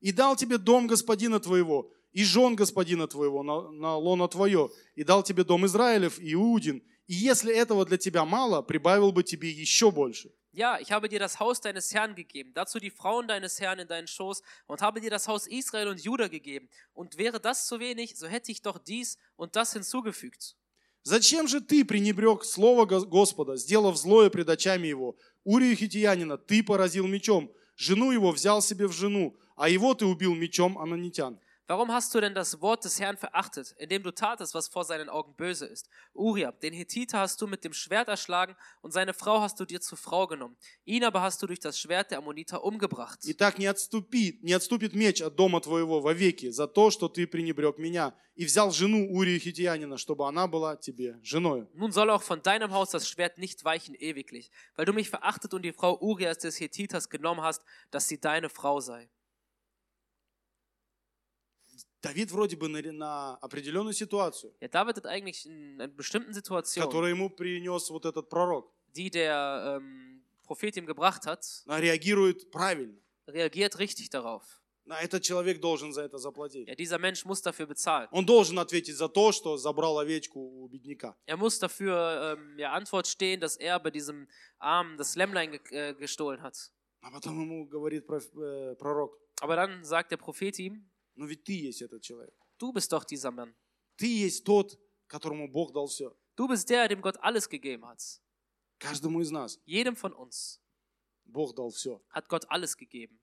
[SPEAKER 1] И дал тебе дом господина твоего, и жен господина твоего на, на лоно твое, и дал тебе дом Израилев и Иудин. И если этого для тебя мало, прибавил бы тебе еще больше.
[SPEAKER 2] Ja, ich habe dir das Haus deines Herrn gegeben, dazu die Frauen deines Herrn in deinen Schoß und habe dir das Haus Israel und Juda gegeben. Und wäre das zu wenig, so hätte ich doch dies und das hinzugefügt.
[SPEAKER 1] Зачем же ты пренебрег слово Го- Господа, сделав злое пред очами его? Урию хитиянина ты поразил мечом, жену его взял себе в жену, а его ты убил мечом ананитян.
[SPEAKER 2] Warum hast du denn das Wort des Herrn verachtet, indem du tatest, was vor seinen Augen böse ist? Uriah, den Hethiter hast du mit dem Schwert erschlagen und seine Frau hast du dir zur Frau genommen. Ihn aber hast du durch das Schwert der Ammoniter umgebracht.
[SPEAKER 1] Итак, не отступи, не отступит меч от дома твоего вовеки за то, что ты пренебрег меня, и взял жену Урию хитиянина, чтобы она была тебе женою.
[SPEAKER 2] Nun soll auch von deinem Haus das Schwert nicht weichen ewiglich, weil du mich verachtet und die Frau Urias des Hethiters genommen hast, dass sie deine Frau sei.
[SPEAKER 1] Давид вроде бы на, на определенную ситуацию,
[SPEAKER 2] Ja, David hat eigentlich in einer bestimmten Situation,
[SPEAKER 1] которую ему принес вот этот пророк,
[SPEAKER 2] die der ähm, Prophet ihm gebracht hat,
[SPEAKER 1] а реагирует правильно.
[SPEAKER 2] reagiert richtig darauf.
[SPEAKER 1] А этот человек должен за это заплатить.
[SPEAKER 2] Ja, dieser Mensch muss dafür bezahlen.
[SPEAKER 1] Он должен ответить за то, что забрал овечку у бедняка.
[SPEAKER 2] Er muss dafür ähm, ja, Antwort stehen, dass er bei diesem Armen das Lämmlein ge äh, gestohlen hat.
[SPEAKER 1] А потом ему говорит проф- э, пророк,
[SPEAKER 2] Aber dann sagt der Prophet ihm,
[SPEAKER 1] ну ведь ты есть этот человек.
[SPEAKER 2] du bist doch dieser Mann.
[SPEAKER 1] Ты есть тот, которому Бог дал все.
[SPEAKER 2] Du bist der, dem Gott alles gegeben hat.
[SPEAKER 1] Каждому из нас
[SPEAKER 2] Jedem von uns
[SPEAKER 1] Бог дал все.
[SPEAKER 2] hat Gott alles gegeben.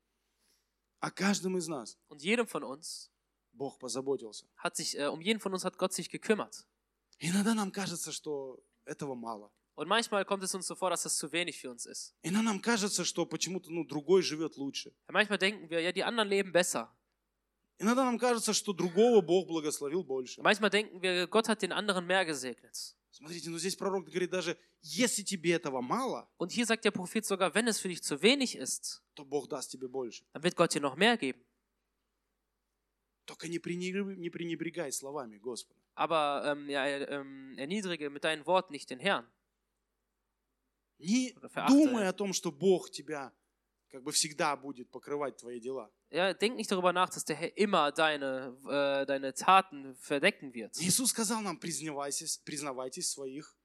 [SPEAKER 1] А каждому из нас
[SPEAKER 2] Und jedem von uns
[SPEAKER 1] Бог позаботился.
[SPEAKER 2] hat sich, äh, um jeden von uns hat Gott sich gekümmert.
[SPEAKER 1] Иногда нам кажется, что этого мало.
[SPEAKER 2] Und manchmal kommt es uns so vor, dass das zu wenig für uns ist.
[SPEAKER 1] Иногда нам кажется, что почему-то ну, другой живет лучше.
[SPEAKER 2] Manchmal denken wir, ja, die anderen leben besser.
[SPEAKER 1] Иногда нам кажется, что другого Бог благословил больше.
[SPEAKER 2] Manchmal denken wir, Gott hat den anderen mehr gesegnet.
[SPEAKER 1] Смотрите, ну здесь пророк говорит даже, если тебе этого мало,
[SPEAKER 2] Und hier sagt der Prophet sogar, wenn es für dich zu wenig ist,
[SPEAKER 1] то Бог даст тебе больше.
[SPEAKER 2] dann wird Gott dir noch mehr geben.
[SPEAKER 1] Только не пренебрегай, не пренебрегай словами Господа.
[SPEAKER 2] aber ähm, ja, er- ähm, erniedrige mit deinen Worten nicht den Herrn.
[SPEAKER 1] Не
[SPEAKER 2] Oder verachte
[SPEAKER 1] думай
[SPEAKER 2] это.
[SPEAKER 1] о том, что Бог тебя как бы всегда будет покрывать твои дела.
[SPEAKER 2] Ja, denk nicht darüber nach, dass der Herr immer deine, äh, deine Taten verdecken wird.
[SPEAKER 1] Иисус сказал нам, признавайтесь, признавайтесь в своих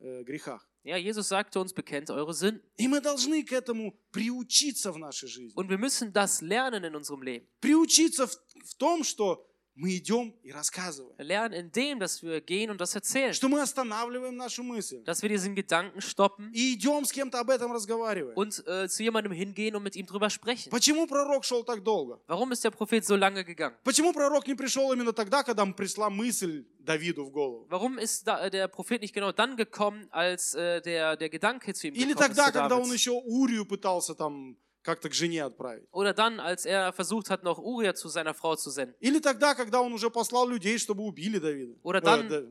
[SPEAKER 1] э, грехах.
[SPEAKER 2] Ja, Jesus sagte uns, bekennt eure Sünden.
[SPEAKER 1] И мы должны к этому приучиться в нашей жизни.
[SPEAKER 2] Und wir müssen das lernen in unserem Leben.
[SPEAKER 1] Приучиться в, в том, что мы идем и рассказываем.
[SPEAKER 2] Wir lernen in dem, dass wir gehen und das erzählen.
[SPEAKER 1] Что мы останавливаем naшу мысль.
[SPEAKER 2] Dass wir diesen Gedanken stoppen
[SPEAKER 1] И идем с кем-то об этом разговариваем.
[SPEAKER 2] und äh, zu jemandem hingehen und mit ihm drüber sprechen.
[SPEAKER 1] Почему пророк шел так долго?
[SPEAKER 2] Warum ist der Prophet so lange gegangen?
[SPEAKER 1] Почему пророк не пришел именно тогда, когда ему пришла мысль Давиду в голову?
[SPEAKER 2] Warum ist da, äh, der Prophet nicht genau dann gekommen, als äh, der, der Gedanke zu ihm
[SPEAKER 1] Или
[SPEAKER 2] gekommen
[SPEAKER 1] тогда,
[SPEAKER 2] ist? Zu
[SPEAKER 1] когда он
[SPEAKER 2] Davids?
[SPEAKER 1] еще Урию пытался там как-то к жене отправить?
[SPEAKER 2] Oder dann, als er versucht hat, noch Uriah zu seiner Frau zu senden.
[SPEAKER 1] Или тогда, когда он уже послал людей, чтобы убили Давида?
[SPEAKER 2] Ура,
[SPEAKER 1] Э,
[SPEAKER 2] там-
[SPEAKER 1] Да-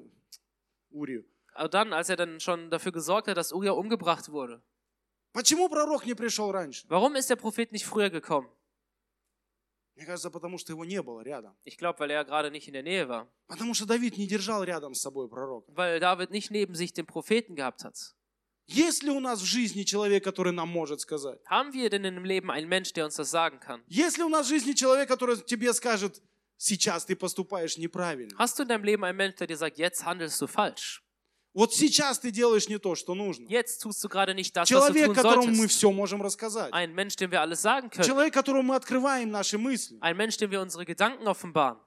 [SPEAKER 1] Урию.
[SPEAKER 2] Aber dann, als er dann schon dafür gesorgt hat, dass Uriah umgebracht wurde.
[SPEAKER 1] Почему пророк не пришел раньше?
[SPEAKER 2] Warum ist der Prophet nicht früher gekommen?
[SPEAKER 1] Мне кажется, потому что его не было рядом.
[SPEAKER 2] Ich glaube, weil er gerade nicht in der Nähe war.
[SPEAKER 1] Потому что Давид не держал рядом с собой пророка.
[SPEAKER 2] Weil David nicht neben sich den Propheten gehabt hat.
[SPEAKER 1] Есть ли у нас в жизни человек, который нам может сказать?
[SPEAKER 2] Haben wir denn im Leben einen Mensch, der uns das sagen kann?
[SPEAKER 1] Есть ли у нас в жизни человек, который тебе скажет, сейчас ты поступаешь неправильно?
[SPEAKER 2] Hast du in deinem Leben einen Mensch, der dir sagt, jetzt handelst du falsch?
[SPEAKER 1] Вот сейчас ты делаешь не то, что нужно.
[SPEAKER 2] Jetzt tust du gerade nicht das, was du
[SPEAKER 1] Человек,
[SPEAKER 2] tun
[SPEAKER 1] которому мы
[SPEAKER 2] solltest.
[SPEAKER 1] все можем рассказать.
[SPEAKER 2] Ein Mensch, dem wir alles sagen können.
[SPEAKER 1] Человек, которому мы открываем наши мысли.
[SPEAKER 2] Ein Mensch, dem wir unsere Gedanken offenbaren.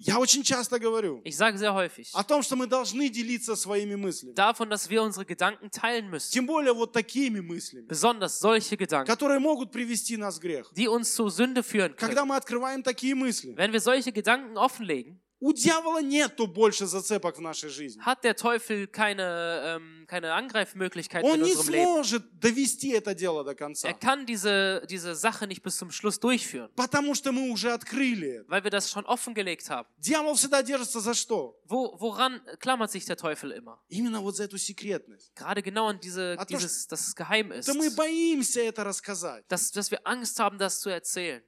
[SPEAKER 1] Я очень часто говорю
[SPEAKER 2] Ich sage sehr häufig
[SPEAKER 1] о том, что мы должны delиться своими мыслями.
[SPEAKER 2] davon, dass wir unsere Gedanken teilen müssen.
[SPEAKER 1] Тем более вот такими мыслями,
[SPEAKER 2] Besonders solche Gedanken,
[SPEAKER 1] которые могут привести нас в грех.
[SPEAKER 2] die uns zur Sünde führen können.
[SPEAKER 1] Когда мы открываем такие мысли,
[SPEAKER 2] Wenn wir solche Gedanken offenlegen,
[SPEAKER 1] у дьявола нету больше зацепок в нашей жизни.
[SPEAKER 2] hat der Teufel keine, ähm, keine Angreifmöglichkeit in
[SPEAKER 1] Он не
[SPEAKER 2] unserem Leben.
[SPEAKER 1] сможет довести это дело до
[SPEAKER 2] Er
[SPEAKER 1] конца.
[SPEAKER 2] kann diese, diese Sache nicht bis zum Schluss durchführen,
[SPEAKER 1] Потому что мы уже открыли это.
[SPEAKER 2] weil wir das schon offengelegt haben.
[SPEAKER 1] Дьявол всегда держится за что?
[SPEAKER 2] Wo, woran klammert sich der Teufel immer?
[SPEAKER 1] Именно вот за эту секретность.
[SPEAKER 2] Gerade genau an diese,
[SPEAKER 1] Ah, das-
[SPEAKER 2] dieses, dass es geheim ist.
[SPEAKER 1] Да мы боимся это рассказать.
[SPEAKER 2] Dass, dass wir Angst haben, das zu erzählen.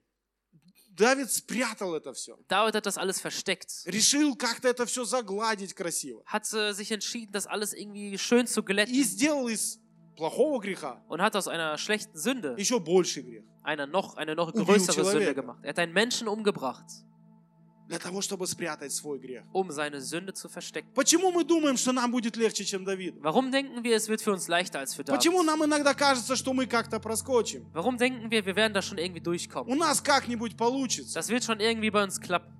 [SPEAKER 1] Давид спрятал это все.
[SPEAKER 2] David hat das alles versteckt.
[SPEAKER 1] Решил как-то это все загладить красиво.
[SPEAKER 2] Hat äh, sich entschieden, das alles irgendwie schön zu
[SPEAKER 1] И
[SPEAKER 2] glätten.
[SPEAKER 1] сделал из плохого греха
[SPEAKER 2] Und hat aus einer schlechten Sünde
[SPEAKER 1] еще больший грех.
[SPEAKER 2] einer noch, eine noch
[SPEAKER 1] Ubil
[SPEAKER 2] größere Sünde
[SPEAKER 1] человека.
[SPEAKER 2] gemacht. Er hat einen Menschen umgebracht,
[SPEAKER 1] Для того, чтобы спрятать свой грех.
[SPEAKER 2] um seine Sünde zu verstecken.
[SPEAKER 1] Почему мы думаем, что нам будет легче, чем Давиду?
[SPEAKER 2] Warum denken wir, es wird für uns leichter als für David?
[SPEAKER 1] Почему нам иногда кажется, что мы как-то проскочим?
[SPEAKER 2] Warum denken wir, wir werden da schon irgendwie
[SPEAKER 1] У
[SPEAKER 2] durchkommen?
[SPEAKER 1] нас как-нибудь получится.
[SPEAKER 2] Das wird schon irgendwie bei uns klappen.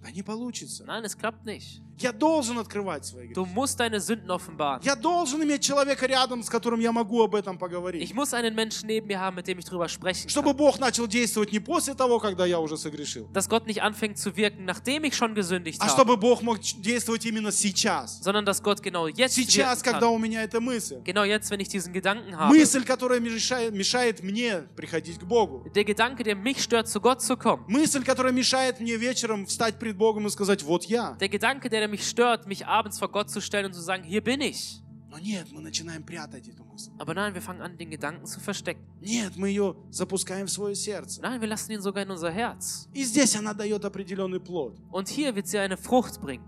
[SPEAKER 1] Да не получится.
[SPEAKER 2] Nein, es klappt nicht.
[SPEAKER 1] Я должен открывать свои грехи.
[SPEAKER 2] Du musst deine Sünden offenbaren.
[SPEAKER 1] Я должен иметь человека рядом, с которым я могу об этом поговорить.
[SPEAKER 2] Ich muss einen Menschen neben mir haben, mit dem ich drüber sprechen
[SPEAKER 1] Чтобы
[SPEAKER 2] kann.
[SPEAKER 1] Бог начал действовать не после того, когда я уже согрешил,
[SPEAKER 2] Dass Gott nicht anfängt zu wirken, nachdem ich schon gesündigt
[SPEAKER 1] а
[SPEAKER 2] habe,
[SPEAKER 1] чтобы Бог мог ч- действовать именно сейчас.
[SPEAKER 2] sondern dass Gott genau jetzt
[SPEAKER 1] Сейчас,
[SPEAKER 2] wirken
[SPEAKER 1] когда
[SPEAKER 2] kann.
[SPEAKER 1] у меня эта мысль.
[SPEAKER 2] Genau jetzt, wenn ich diesen Gedanken habe.
[SPEAKER 1] Мысль, которая мешает, мешает мне приходить к Богу.
[SPEAKER 2] Der Gedanke, der mich stört, zu Gott zu kommen.
[SPEAKER 1] Мысль, которая мешает мне вечером встать пред Богом и сказать, вот я.
[SPEAKER 2] Der Gedanke, der mich stört, mich abends vor Gott zu stellen und zu sagen, hier bin ich.
[SPEAKER 1] Но нет, мы начинаем прятать эту мысль.
[SPEAKER 2] Aber nein, wir fangen an, den Gedanken zu verstecken.
[SPEAKER 1] Нет, мы ее запускаем в свое сердце.
[SPEAKER 2] Nein, wir lassen ihn sogar in unser Herz.
[SPEAKER 1] И здесь она дает определенный плод.
[SPEAKER 2] Und hier wird sie eine Frucht bringen.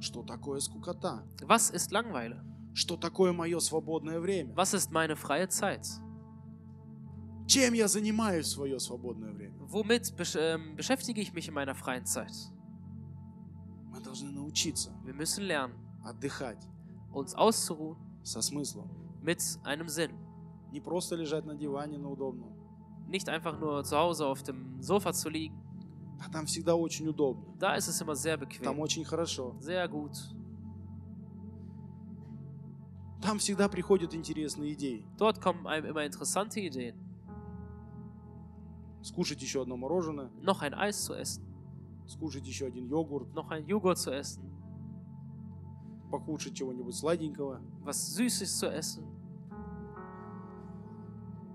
[SPEAKER 1] Что такое скукота?
[SPEAKER 2] Was ist Langeweile?
[SPEAKER 1] Что такое мое свободное время?
[SPEAKER 2] Was ist meine freie Zeit?
[SPEAKER 1] Чем я занимаюсь в свое свободное время?
[SPEAKER 2] Womit besch ähm, beschäftige ich mich in meiner freien Zeit?
[SPEAKER 1] Мы должны научиться
[SPEAKER 2] Wir müssen lernen,
[SPEAKER 1] отдыхать
[SPEAKER 2] uns auszuruhen
[SPEAKER 1] со смыслом.
[SPEAKER 2] mit einem Sinn.
[SPEAKER 1] Не просто лежать на диване на удобном.
[SPEAKER 2] Nicht einfach nur zu Hause auf dem Sofa zu liegen.
[SPEAKER 1] А там всегда очень удобно.
[SPEAKER 2] Da ist es immer sehr
[SPEAKER 1] Там
[SPEAKER 2] bequem.
[SPEAKER 1] очень хорошо.
[SPEAKER 2] Sehr gut.
[SPEAKER 1] Там всегда приходят интересные идеи.
[SPEAKER 2] Dort kommen einem immer interessante Ideen.
[SPEAKER 1] Скушать еще одно мороженое,
[SPEAKER 2] Noch ein Eis zu essen,
[SPEAKER 1] скушать еще один йогурт,
[SPEAKER 2] noch ein Joghurt zu essen,
[SPEAKER 1] покушать чего-нибудь сладенького.
[SPEAKER 2] was Süßes zu essen.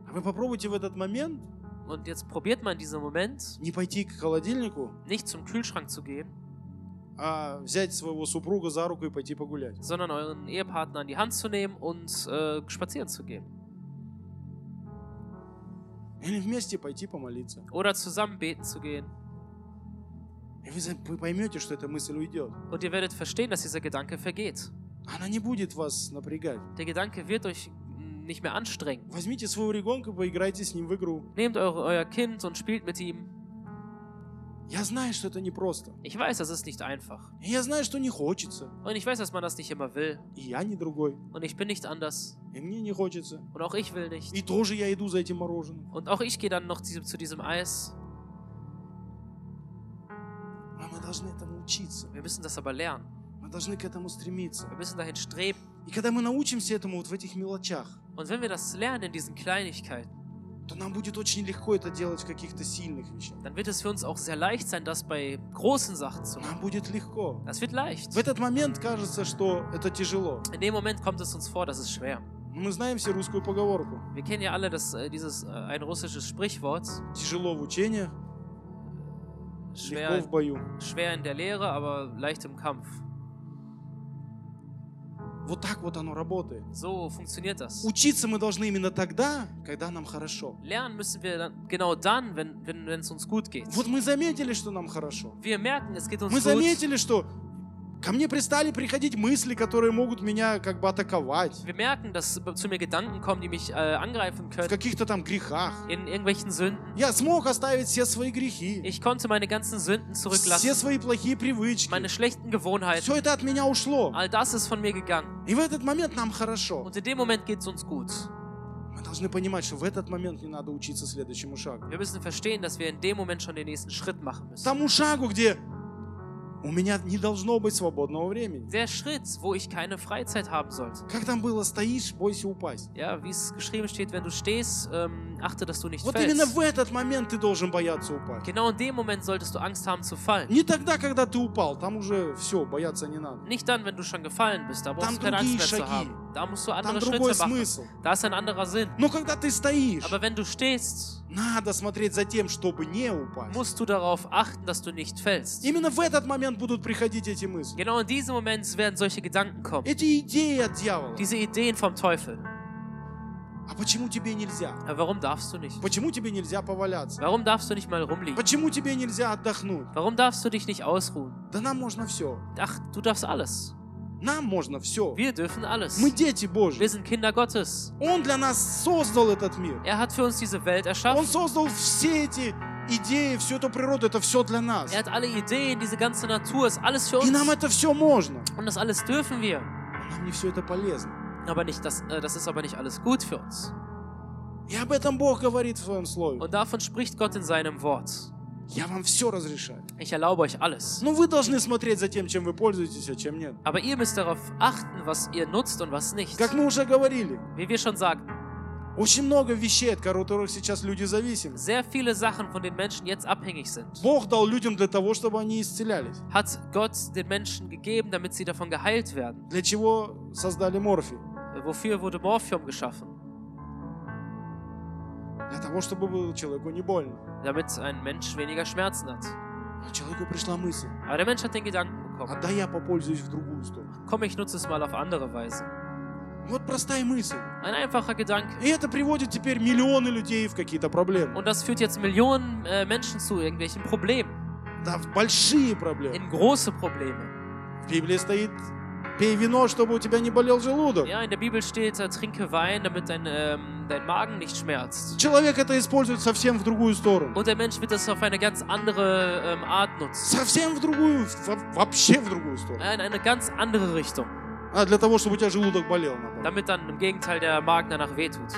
[SPEAKER 1] А вы попробуйте в этот момент
[SPEAKER 2] Und jetzt probiert man diesen Moment,
[SPEAKER 1] не пойти к холодильнику,
[SPEAKER 2] nicht zum Kühlschrank zu gehen,
[SPEAKER 1] а взять своего супруга за руку и пойти погулять.
[SPEAKER 2] sondern euren Ehepartner an die Hand zu nehmen und äh, spazieren zu gehen.
[SPEAKER 1] Или вместе пойти помолиться.
[SPEAKER 2] Oder zusammen beten zu gehen.
[SPEAKER 1] И вы, за- вы поймете, что эта мысль уйдет.
[SPEAKER 2] Und ihr werdet verstehen, dass dieser Gedanke vergeht.
[SPEAKER 1] Она не будет вас напрягать.
[SPEAKER 2] Der Gedanke wird euch mm, nicht mehr anstrengen.
[SPEAKER 1] Возьмите своего ребенка, поиграйте с ним в игру.
[SPEAKER 2] Nehmt eure, euer Kind und spielt mit ihm.
[SPEAKER 1] Я знаю, что это непросто.
[SPEAKER 2] Ich weiß, das ist nicht einfach.
[SPEAKER 1] И я знаю, что не хочется.
[SPEAKER 2] Und ich weiß, dass man das nicht immer will.
[SPEAKER 1] И я не другой.
[SPEAKER 2] Und ich bin nicht anders.
[SPEAKER 1] И мне не хочется.
[SPEAKER 2] Und auch ich will nicht.
[SPEAKER 1] И тоже я иду за этим мороженым.
[SPEAKER 2] Und auch ich gehe dann noch zu, zu diesem Eis.
[SPEAKER 1] А должны этому учиться.
[SPEAKER 2] Wir müssen das aber lernen.
[SPEAKER 1] Мы должны к этому стремиться.
[SPEAKER 2] Wir müssen dahin streben.
[SPEAKER 1] И когда мы научимся этому вот в этих мелочах,
[SPEAKER 2] Und wenn wir das lernen in diesen Kleinigkeiten,
[SPEAKER 1] то нам будет очень легко это делать в каких-то сильных вещах.
[SPEAKER 2] dann wird es für uns auch sehr leicht sein, das bei großen Sachen zu machen.
[SPEAKER 1] Нам будет легко.
[SPEAKER 2] Das wird leicht.
[SPEAKER 1] В этот момент кажется, что это tяжело.
[SPEAKER 2] In dem Moment kommt es uns vor, das ist schwer.
[SPEAKER 1] Но Мы знаем все русскую поговорку.
[SPEAKER 2] Wir kennen ja alle das, äh, dieses äh, ein russisches Sprichwort.
[SPEAKER 1] Тяжело в учениях, легко в
[SPEAKER 2] Schwer,
[SPEAKER 1] бою.
[SPEAKER 2] schwer in der Lehre, aber leicht im Kampf.
[SPEAKER 1] Вот так вот оно работает.
[SPEAKER 2] So funktioniert das.
[SPEAKER 1] Учиться мы должны именно тогда, когда нам хорошо.
[SPEAKER 2] Lernen müssen wir dann, genau dann, wenn wenn wenn, es uns gut geht.
[SPEAKER 1] Вот мы заметили, что нам хорошо.
[SPEAKER 2] Wir merken, es geht uns
[SPEAKER 1] Мы
[SPEAKER 2] gut.
[SPEAKER 1] заметили, что ко мне пристали приходить мысли, которые могут меня как бы атаковать
[SPEAKER 2] Wir merken, dass zu mir Gedanken kommen, die mich äh, angreifen
[SPEAKER 1] в
[SPEAKER 2] können
[SPEAKER 1] каких-то там грехах.
[SPEAKER 2] in irgendwelchen Sünden.
[SPEAKER 1] Я смог оставить все свои грехи,
[SPEAKER 2] Ich konnte meine ganzen Sünden
[SPEAKER 1] все
[SPEAKER 2] zurücklassen,
[SPEAKER 1] свои плохие привычки.
[SPEAKER 2] meine schlechten Gewohnheiten.
[SPEAKER 1] Все это от меня ушло.
[SPEAKER 2] All das ist von mir gegangen.
[SPEAKER 1] И в этот момент нам хорошо.
[SPEAKER 2] Und in dem Moment geht es uns gut.
[SPEAKER 1] Мы должны понимать, что в этот момент не надо учиться следующему шагу.
[SPEAKER 2] Wir müssen verstehen, dass wir in dem Moment schon den nächsten Schritt machen müssen.
[SPEAKER 1] Тому шагу, где у меня не должно быть свободного времени.
[SPEAKER 2] Der Schritt, wo ich keine Freizeit haben sollte.
[SPEAKER 1] Как там было, стоишь, бойся упасть.
[SPEAKER 2] Ja, wie es geschrieben steht, wenn du stehst, ähm, achte, dass du nicht
[SPEAKER 1] Вот именно
[SPEAKER 2] fällst.
[SPEAKER 1] в этот момент ты должен бояться упасть.
[SPEAKER 2] Genau in dem Moment solltest du Angst haben zu fallen.
[SPEAKER 1] Не тогда, когда ты упал, там уже все, бояться не надо.
[SPEAKER 2] Nicht dann, wenn du schon gefallen bist, da
[SPEAKER 1] Там
[SPEAKER 2] brauchst du keine Angst
[SPEAKER 1] другие
[SPEAKER 2] mehr zu
[SPEAKER 1] шаги.
[SPEAKER 2] haben. Da musst du
[SPEAKER 1] Там
[SPEAKER 2] andere
[SPEAKER 1] другой
[SPEAKER 2] Schritte machen.
[SPEAKER 1] смысл.
[SPEAKER 2] Da ist ein anderer Sinn.
[SPEAKER 1] Но когда ты стоишь,
[SPEAKER 2] Aber wenn du stehst,
[SPEAKER 1] надо смотреть за тем, чтобы не упасть.
[SPEAKER 2] musst du darauf achten, dass du nicht fällst.
[SPEAKER 1] Именно в этот момент будут приходить эти мысли.
[SPEAKER 2] Genau in diesem Moment werden solche Gedanken kommen.
[SPEAKER 1] Эти идеи от дьявола.
[SPEAKER 2] Diese Ideen vom Teufel.
[SPEAKER 1] А почему тебе нельзя?
[SPEAKER 2] Ja, warum darfst du nicht?
[SPEAKER 1] Почему тебе нельзя поваляться?
[SPEAKER 2] Warum darfst du nicht mal rumliegen?
[SPEAKER 1] Почему тебе нельзя отдохнуть?
[SPEAKER 2] Warum darfst du dich nicht ausruhen?
[SPEAKER 1] Да нам можно все.
[SPEAKER 2] Ach, du darfst alles.
[SPEAKER 1] Нам можно все.
[SPEAKER 2] Wir dürfen alles.
[SPEAKER 1] Мы дети Божьи.
[SPEAKER 2] Wir sind Kinder Gottes.
[SPEAKER 1] Он для нас создал этот мир.
[SPEAKER 2] Er hat für uns diese Welt
[SPEAKER 1] Он
[SPEAKER 2] erschaffen.
[SPEAKER 1] создал все эти идеи, всю эту природу. Это все для нас.
[SPEAKER 2] Er hat alle Ideen, diese ganze Natur, ist alles für
[SPEAKER 1] И нам
[SPEAKER 2] uns.
[SPEAKER 1] это все можно.
[SPEAKER 2] Und das alles dürfen wir.
[SPEAKER 1] Но Нам не все это полезно.
[SPEAKER 2] Aber nicht, das, äh, das ist aber nicht alles gut für uns.
[SPEAKER 1] И об этом Бог говорит в своем слове.
[SPEAKER 2] Und davon spricht Gott in seinem Wort.
[SPEAKER 1] Я вам все разрешаю.
[SPEAKER 2] Ich erlaube euch alles.
[SPEAKER 1] Но вы должны смотреть за тем, чем вы пользуетесь, а чем нет.
[SPEAKER 2] Aber ihr müsst darauf achten, was ihr nutzt und was nicht.
[SPEAKER 1] Как мы уже говорили,
[SPEAKER 2] Wie wir schon sagten,
[SPEAKER 1] очень много вещей, от которых сейчас люди зависимы.
[SPEAKER 2] sehr viele Sachen, von denen Menschen jetzt abhängig sind,
[SPEAKER 1] Бог дал людям для того, чтобы они исцелялись.
[SPEAKER 2] hat Gott den Menschen gegeben, damit sie davon geheilt werden.
[SPEAKER 1] Для чего создали морфий?
[SPEAKER 2] Äh, Wofür wurde Morphium geschaffen?
[SPEAKER 1] Для того, чтобы было человеку не больно.
[SPEAKER 2] Damit ein Mensch weniger Schmerzen hat.
[SPEAKER 1] Но человеку пришла мысль,
[SPEAKER 2] Aber der Mensch hat den Gedanken
[SPEAKER 1] а
[SPEAKER 2] bekommen,
[SPEAKER 1] да я попользуюсь в другую сторону.
[SPEAKER 2] komm, ich nutze es mal auf andere Weise.
[SPEAKER 1] Вот простая мысль.
[SPEAKER 2] Ein einfacher Gedanke.
[SPEAKER 1] И это приводит теперь миллионы людей в какие-то проблемы.
[SPEAKER 2] Und das führt jetzt Millionen äh, Menschen zu irgendwelchen Problemen.
[SPEAKER 1] Да, в большие проблемы.
[SPEAKER 2] In große Probleme.
[SPEAKER 1] В Библии стоит «Пей вино, чтобы у тебя не болел желудок».
[SPEAKER 2] Ja, in der Bibel steht, äh, trinke Wein, damit dein, ähm, dein Magen nicht schmerzt.
[SPEAKER 1] Человек это использует совсем в другую сторону.
[SPEAKER 2] Und der Mensch wird das auf eine ganz andere ähm, Art nutzen.
[SPEAKER 1] Совсем в другую, во- вообще в другую сторону.
[SPEAKER 2] Ja, in eine ganz andere Richtung.
[SPEAKER 1] А для того, чтобы у тебя желудок болел. наоборот.
[SPEAKER 2] Damit dann im Gegenteil der Magen danach wehtut.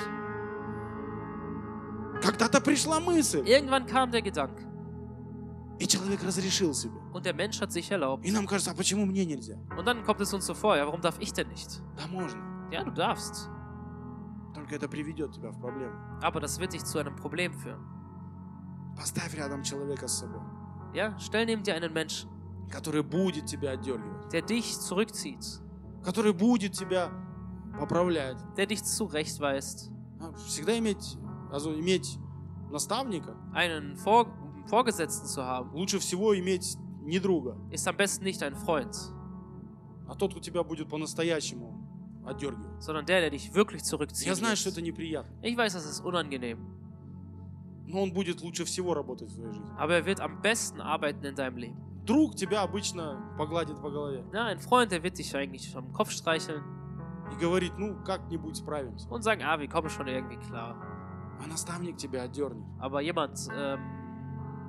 [SPEAKER 1] Когда-то пришла мысль,
[SPEAKER 2] Irgendwann kam der Gedanke.
[SPEAKER 1] и человек разрешил себе.
[SPEAKER 2] Und der Mensch hat sich erlaubt.
[SPEAKER 1] И нам кажется, а почему мне нельзя?
[SPEAKER 2] Und dann kommt es uns so vor, ja, warum darf ich denn nicht?
[SPEAKER 1] Да можно,
[SPEAKER 2] Ja, du darfst.
[SPEAKER 1] только это приведет тебя в проблему.
[SPEAKER 2] Aber das wird dich zu einem Problem führen.
[SPEAKER 1] Поставь рядом человека с собой,
[SPEAKER 2] Ja, stell neben dir einen Menschen,
[SPEAKER 1] который будет тебя отдергивать,
[SPEAKER 2] der dich zurückzieht,
[SPEAKER 1] который будет тебя поправлять.
[SPEAKER 2] der dich zurechtweist.
[SPEAKER 1] А Всегда иметь, also иметь наставника,
[SPEAKER 2] Einen Vor Vorgesetzten zu haben,
[SPEAKER 1] лучше всего иметь не друга,
[SPEAKER 2] ist am besten nicht ein Freund,
[SPEAKER 1] а тот, кто тебя будет по-настоящему отдергивать.
[SPEAKER 2] sondern der, der dich wirklich zurückzieht.
[SPEAKER 1] Я знаю, что это неприятно,
[SPEAKER 2] Ich weiß, das ist unangenehm,
[SPEAKER 1] но он будет лучше всего работать в твоей жизни.
[SPEAKER 2] aber er wird am besten arbeiten in deinem Leben.
[SPEAKER 1] Друг тебя обычно погладит по голове
[SPEAKER 2] Ja, ein Freund, der wird dich eigentlich vom Kopf streicheln
[SPEAKER 1] и говорит, ну, как-нибудь справимся.
[SPEAKER 2] und sagen, ah, wir kommen schon irgendwie klar.
[SPEAKER 1] А наставник тебя отдернет.
[SPEAKER 2] Aber jemand, ähm,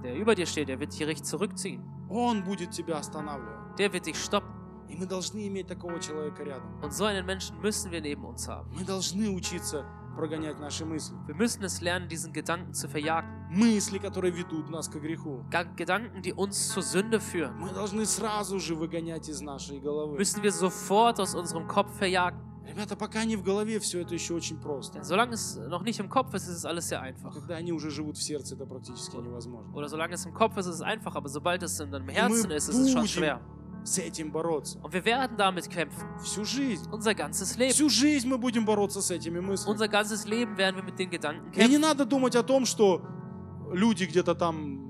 [SPEAKER 2] der über dir steht, der wird dich richtig zurückziehen.
[SPEAKER 1] Он будет тебя останавливать.
[SPEAKER 2] Der wird dich stoppen.
[SPEAKER 1] И мы должны иметь такого человека рядом.
[SPEAKER 2] Und so einen Menschen müssen wir neben uns haben.
[SPEAKER 1] Мы должны учиться прогонять наши мысли.
[SPEAKER 2] Wir müssen es lernen, diesen Gedanken zu verjagen.
[SPEAKER 1] Мысли, которые ведут нас к греху.
[SPEAKER 2] Ga- Gedanken, die uns zur Sünde führen,
[SPEAKER 1] Мы должны сразу же выгонять из нашей головы.
[SPEAKER 2] müssen wir sofort aus unserem Kopf verjagen.
[SPEAKER 1] Ребята, пока не в голове, все это еще очень просто.
[SPEAKER 2] Denn solange es noch nicht im Kopf ist, ist es alles sehr
[SPEAKER 1] А
[SPEAKER 2] einfach.
[SPEAKER 1] когда они уже живут в сердце, это практически невозможно.
[SPEAKER 2] Oder solange es im Kopf ist, ist es einfach, aber sobald es in deinem
[SPEAKER 1] Und
[SPEAKER 2] Herzen
[SPEAKER 1] wir
[SPEAKER 2] ist, ist es schon
[SPEAKER 1] buddeln.
[SPEAKER 2] schwer.
[SPEAKER 1] С этим бороться.
[SPEAKER 2] Und wir werden damit kämpfen.
[SPEAKER 1] Всю жизнь.
[SPEAKER 2] Unser ganzes Leben.
[SPEAKER 1] Всю жизнь мы будем бороться с этими мыслями.
[SPEAKER 2] Unser ganzes Leben werden wir mit den Gedanken
[SPEAKER 1] И не
[SPEAKER 2] kämpfen.
[SPEAKER 1] надо думать о том, что люди где-то там,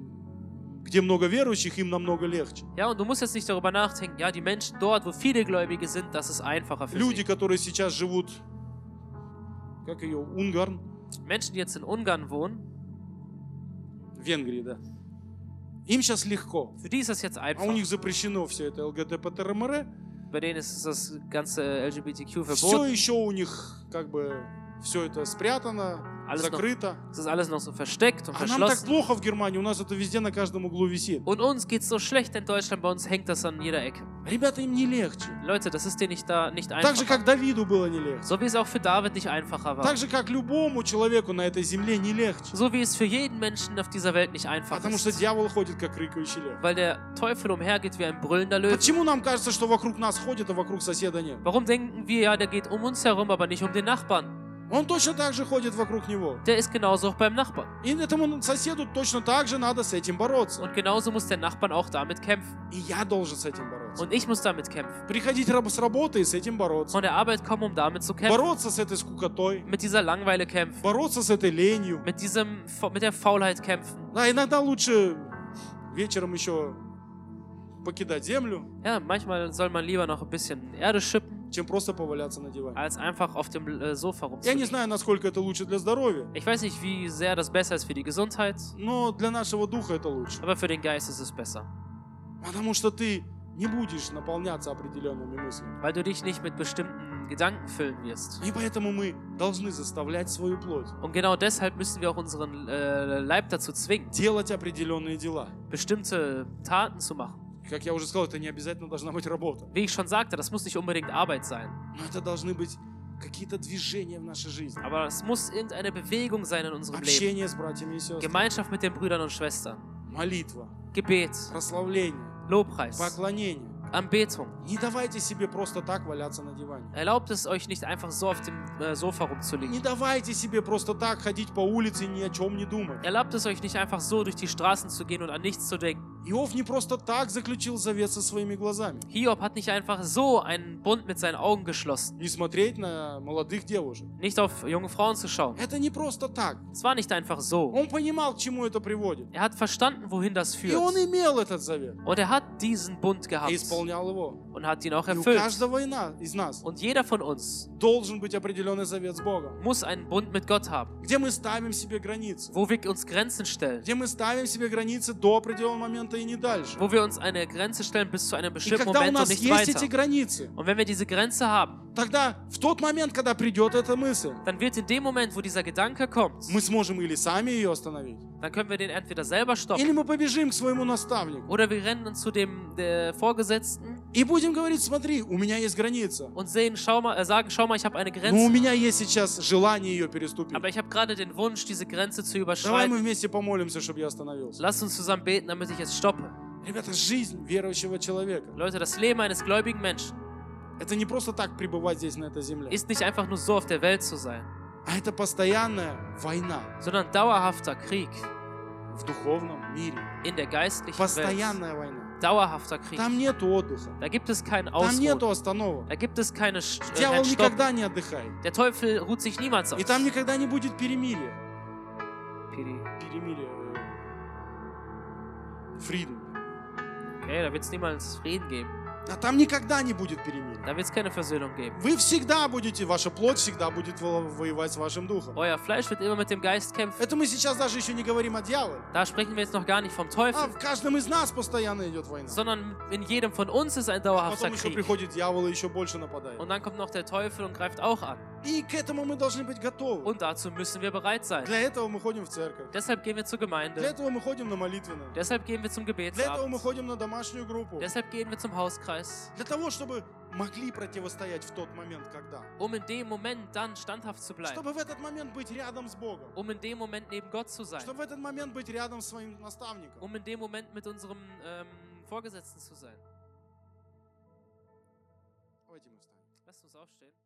[SPEAKER 1] где много верующих, им намного легче.
[SPEAKER 2] Ja, und du musst jetzt nicht darüber nachdenken, ja, die Menschen dort, wo viele Gläubige sind, das ist einfacher für
[SPEAKER 1] Люди,
[SPEAKER 2] sie.
[SPEAKER 1] которые сейчас живут, как ее, Унгарн,
[SPEAKER 2] Menschen, die jetzt in Ungarn wohnen,
[SPEAKER 1] в Венгрии, да. Им сейчас легко.
[SPEAKER 2] für die ist das jetzt
[SPEAKER 1] А
[SPEAKER 2] einfach.
[SPEAKER 1] у них запрещено все это ЛГТПТРМР.
[SPEAKER 2] Bei denen ist das ganze LGBTQ
[SPEAKER 1] Все
[SPEAKER 2] verboten.
[SPEAKER 1] еще у них как бы все это спрятано,
[SPEAKER 2] Alles noch-
[SPEAKER 1] закрыто.
[SPEAKER 2] Es ist alles noch so versteckt und
[SPEAKER 1] А нам так
[SPEAKER 2] verschlossen.
[SPEAKER 1] плохо в Германии, у нас это везде на каждом углу висит.
[SPEAKER 2] Und uns geht's so schlecht in Deutschland, bei uns hängt das an jeder Ecke.
[SPEAKER 1] Ребята, им не легче.
[SPEAKER 2] Leute, das ist denen nicht da nicht
[SPEAKER 1] Так же,
[SPEAKER 2] einfach.
[SPEAKER 1] как Давиду было не легче.
[SPEAKER 2] So wie es auch für David nicht einfacher war.
[SPEAKER 1] Так же, как любому человеку на этой земле не легче.
[SPEAKER 2] So wie es für jeden Menschen auf dieser Welt nicht einfach
[SPEAKER 1] Потому что
[SPEAKER 2] ist.
[SPEAKER 1] дьявол ходит, как рыкающий лев.
[SPEAKER 2] Weil der Teufel umhergeht wie ein brüllender Löwe.
[SPEAKER 1] Почему нам кажется, что вокруг нас ходит, а вокруг соседа нет?
[SPEAKER 2] Warum denken wir, ja, der geht um uns herum, aber nicht um den Nachbarn?
[SPEAKER 1] Он точно так же ходит вокруг него.
[SPEAKER 2] Der ist genauso auch beim Nachbarn.
[SPEAKER 1] И этому соседу точно так же надо с этим бороться.
[SPEAKER 2] Und genauso muss der Nachbarn auch damit kämpfen.
[SPEAKER 1] И я должен с этим бороться.
[SPEAKER 2] Und ich muss damit kämpfen.
[SPEAKER 1] Приходить раб- с работы и с этим бороться.
[SPEAKER 2] Von der Arbeit kommen, um damit zu kämpfen.
[SPEAKER 1] Бороться с этой скукотой.
[SPEAKER 2] Mit dieser Langeweile kämpfen.
[SPEAKER 1] Бороться с этой ленью.
[SPEAKER 2] Mit, diesem, mit der Faulheit kämpfen.
[SPEAKER 1] Да, иногда лучше вечером еще покидать землю,
[SPEAKER 2] Ja, manchmal soll man lieber noch ein bisschen Erde schippen,
[SPEAKER 1] чем просто поваляться на диване.
[SPEAKER 2] als einfach auf dem äh, Sofa
[SPEAKER 1] Я не
[SPEAKER 2] rumzuliegen.
[SPEAKER 1] знаю, насколько это лучше для здоровья,
[SPEAKER 2] Ich weiß nicht, wie sehr das besser ist für die Gesundheit,
[SPEAKER 1] но для нашего духа это лучше.
[SPEAKER 2] aber für den Geist ist es besser.
[SPEAKER 1] Потому что ты не будешь наполняться определенными мыслями.
[SPEAKER 2] Weil du dich nicht mit bestimmten Gedanken füllen wirst.
[SPEAKER 1] И поэтому мы должны заставлять свою плоть
[SPEAKER 2] Und genau deshalb müssen wir auch unseren äh, Leib dazu zwingen,
[SPEAKER 1] делать определенные дела.
[SPEAKER 2] bestimmte Taten zu machen.
[SPEAKER 1] Как я уже сказал, это не обязательно должна быть работа.
[SPEAKER 2] Wie ich schon sagte, das muss nicht unbedingt Arbeit sein,
[SPEAKER 1] Но это должны быть какие-то движения в нашей жизни.
[SPEAKER 2] aber es muss irgendeine Bewegung sein in unserem Leben.
[SPEAKER 1] Общение с братьями и сестрами,
[SPEAKER 2] Gemeinschaft mit den Brüdern und Schwestern,
[SPEAKER 1] молитва,
[SPEAKER 2] Gebet,
[SPEAKER 1] прославление,
[SPEAKER 2] Lobpreis,
[SPEAKER 1] поклонение.
[SPEAKER 2] Anbetung.
[SPEAKER 1] Не давайте себе просто так валяться на диване.
[SPEAKER 2] Erlaubt es euch nicht einfach so auf dem äh, Sofa rumzuliegen.
[SPEAKER 1] Не давайте себе просто так ходить по улице и ни о чем не думать.
[SPEAKER 2] Erlaubt es euch nicht einfach so durch die Straßen zu gehen und an nichts zu denken.
[SPEAKER 1] Иов не просто так заключил завет со своими глазами.
[SPEAKER 2] Hiob hat nicht einfach so einen Bund mit seinen Augen geschlossen.
[SPEAKER 1] Не смотреть на молодых девушек.
[SPEAKER 2] Nicht auf junge Frauen zu schauen.
[SPEAKER 1] Это не просто так.
[SPEAKER 2] Es war nicht einfach so.
[SPEAKER 1] Он понимал, к чему это приводит.
[SPEAKER 2] Er hat verstanden, wohin das
[SPEAKER 1] И он
[SPEAKER 2] führt.
[SPEAKER 1] имел этот завет.
[SPEAKER 2] Und er hat diesen Bund
[SPEAKER 1] И
[SPEAKER 2] gehabt
[SPEAKER 1] исполнял его.
[SPEAKER 2] und hat ihn auch
[SPEAKER 1] И у
[SPEAKER 2] erfüllt.
[SPEAKER 1] каждого ина- из нас
[SPEAKER 2] Und jeder von uns
[SPEAKER 1] должен быть определенный завет с Богом.
[SPEAKER 2] muss einen Bund mit Gott haben,
[SPEAKER 1] Где мы ставим себе границы.
[SPEAKER 2] wo wir uns Grenzen stellen.
[SPEAKER 1] Где мы ставим себе границы до определенного момента и не дальше.
[SPEAKER 2] Wo wir uns eine Grenze stellen bis zu einem
[SPEAKER 1] И
[SPEAKER 2] bestimmten
[SPEAKER 1] когда у
[SPEAKER 2] Moment und
[SPEAKER 1] нас
[SPEAKER 2] nicht
[SPEAKER 1] есть эти
[SPEAKER 2] weiter.
[SPEAKER 1] границы,
[SPEAKER 2] Und wenn wir diese Grenze haben,
[SPEAKER 1] тогда в тот момент, когда придет эта мысль,
[SPEAKER 2] dann wird in dem Moment, wo dieser Gedanke kommt,
[SPEAKER 1] мы сможем или сами ее остановить,
[SPEAKER 2] dann können wir den entweder selber stoppen
[SPEAKER 1] или мы побежим к своему наставнику
[SPEAKER 2] Oder wir rennen dann zu dem äh, Vorgesetzten
[SPEAKER 1] и будем говорить, смотри, у меня есть граница,
[SPEAKER 2] und sehen, schau mal, äh, sagen, schau mal, ich habe eine
[SPEAKER 1] но Ну, у
[SPEAKER 2] Grenze,
[SPEAKER 1] меня есть сейчас желание ее переступить.
[SPEAKER 2] aber ich habe gerade den Wunsch, diese Grenze zu
[SPEAKER 1] Давай мы
[SPEAKER 2] überschreiten.
[SPEAKER 1] вместе помолимся, чтобы я остановился.
[SPEAKER 2] Lasst uns zusammen beten, damit ich es stoppe.
[SPEAKER 1] Ребята, жизнь верующего человека
[SPEAKER 2] Leute, das Leben eines gläubigen Menschen
[SPEAKER 1] — это не просто так пребывать здесь, на этой земле,
[SPEAKER 2] ist nicht einfach nur so auf der Welt zu sein,
[SPEAKER 1] а это постоянная война
[SPEAKER 2] sondern dauerhafter Krieg
[SPEAKER 1] в духовном мире.
[SPEAKER 2] in der geistlichen Welt.
[SPEAKER 1] Постоянная война.
[SPEAKER 2] Dauerhafter Krieg.
[SPEAKER 1] Там нет отдыха,
[SPEAKER 2] Da gibt es keinen
[SPEAKER 1] там нету
[SPEAKER 2] Ausruhen.
[SPEAKER 1] остановок.
[SPEAKER 2] Da gibt es keine St- äh,
[SPEAKER 1] Дьявол
[SPEAKER 2] keinen Stopp.
[SPEAKER 1] никогда не отдыхает.
[SPEAKER 2] Der Teufel ruht sich niemals aus.
[SPEAKER 1] И там никогда не будет перемирия.
[SPEAKER 2] Piri.
[SPEAKER 1] перемирие. э, Freedom.
[SPEAKER 2] Okay, da wird es niemals Frieden geben.
[SPEAKER 1] А там никогда не будет перемирия.
[SPEAKER 2] Da wird es keine Versöhnung geben.
[SPEAKER 1] Вы всегда будете, ваша плоть всегда будет во- воевать с вашим духом.
[SPEAKER 2] Euer Fleisch wird immer mit dem Geist kämpfen.
[SPEAKER 1] Это мы сейчас даже еще не говорим о дьяволе.
[SPEAKER 2] Da sprechen wir jetzt noch gar nicht vom
[SPEAKER 1] А
[SPEAKER 2] Teufel,
[SPEAKER 1] в каждом из нас постоянно идет война.
[SPEAKER 2] sondern in jedem von uns ist ein dauerhafter
[SPEAKER 1] Потом еще
[SPEAKER 2] Krieg.
[SPEAKER 1] приходит дьявол и еще больше нападает.
[SPEAKER 2] Und dann kommt noch der Teufel und greift auch an.
[SPEAKER 1] И к этому мы должны быть готовы.
[SPEAKER 2] Und dazu müssen wir bereit sein.
[SPEAKER 1] Для этого мы ходим в церковь.
[SPEAKER 2] Deshalb gehen wir zur
[SPEAKER 1] Для
[SPEAKER 2] Gemeinde.
[SPEAKER 1] этого мы ходим на молитвенную.
[SPEAKER 2] Deshalb gehen wir zum
[SPEAKER 1] Для этого мы
[SPEAKER 2] Gebetsabend.
[SPEAKER 1] ходим на домашнюю группу.
[SPEAKER 2] Deshalb gehen wir zum Hauskreis.
[SPEAKER 1] Для того, чтобы могли противостоять в тот момент, когда.
[SPEAKER 2] Um in dem Moment dann standhaft zu bleiben.
[SPEAKER 1] Чтобы в этот момент быть рядом с Богом.
[SPEAKER 2] Um in dem Moment neben Gott zu sein.
[SPEAKER 1] Чтобы в этот момент быть рядом с своим наставником.
[SPEAKER 2] Um in dem Moment mit unserem ähm, Vorgesetzten zu sein.
[SPEAKER 1] Давайте мы встанем.
[SPEAKER 2] Lasst uns aufstehen.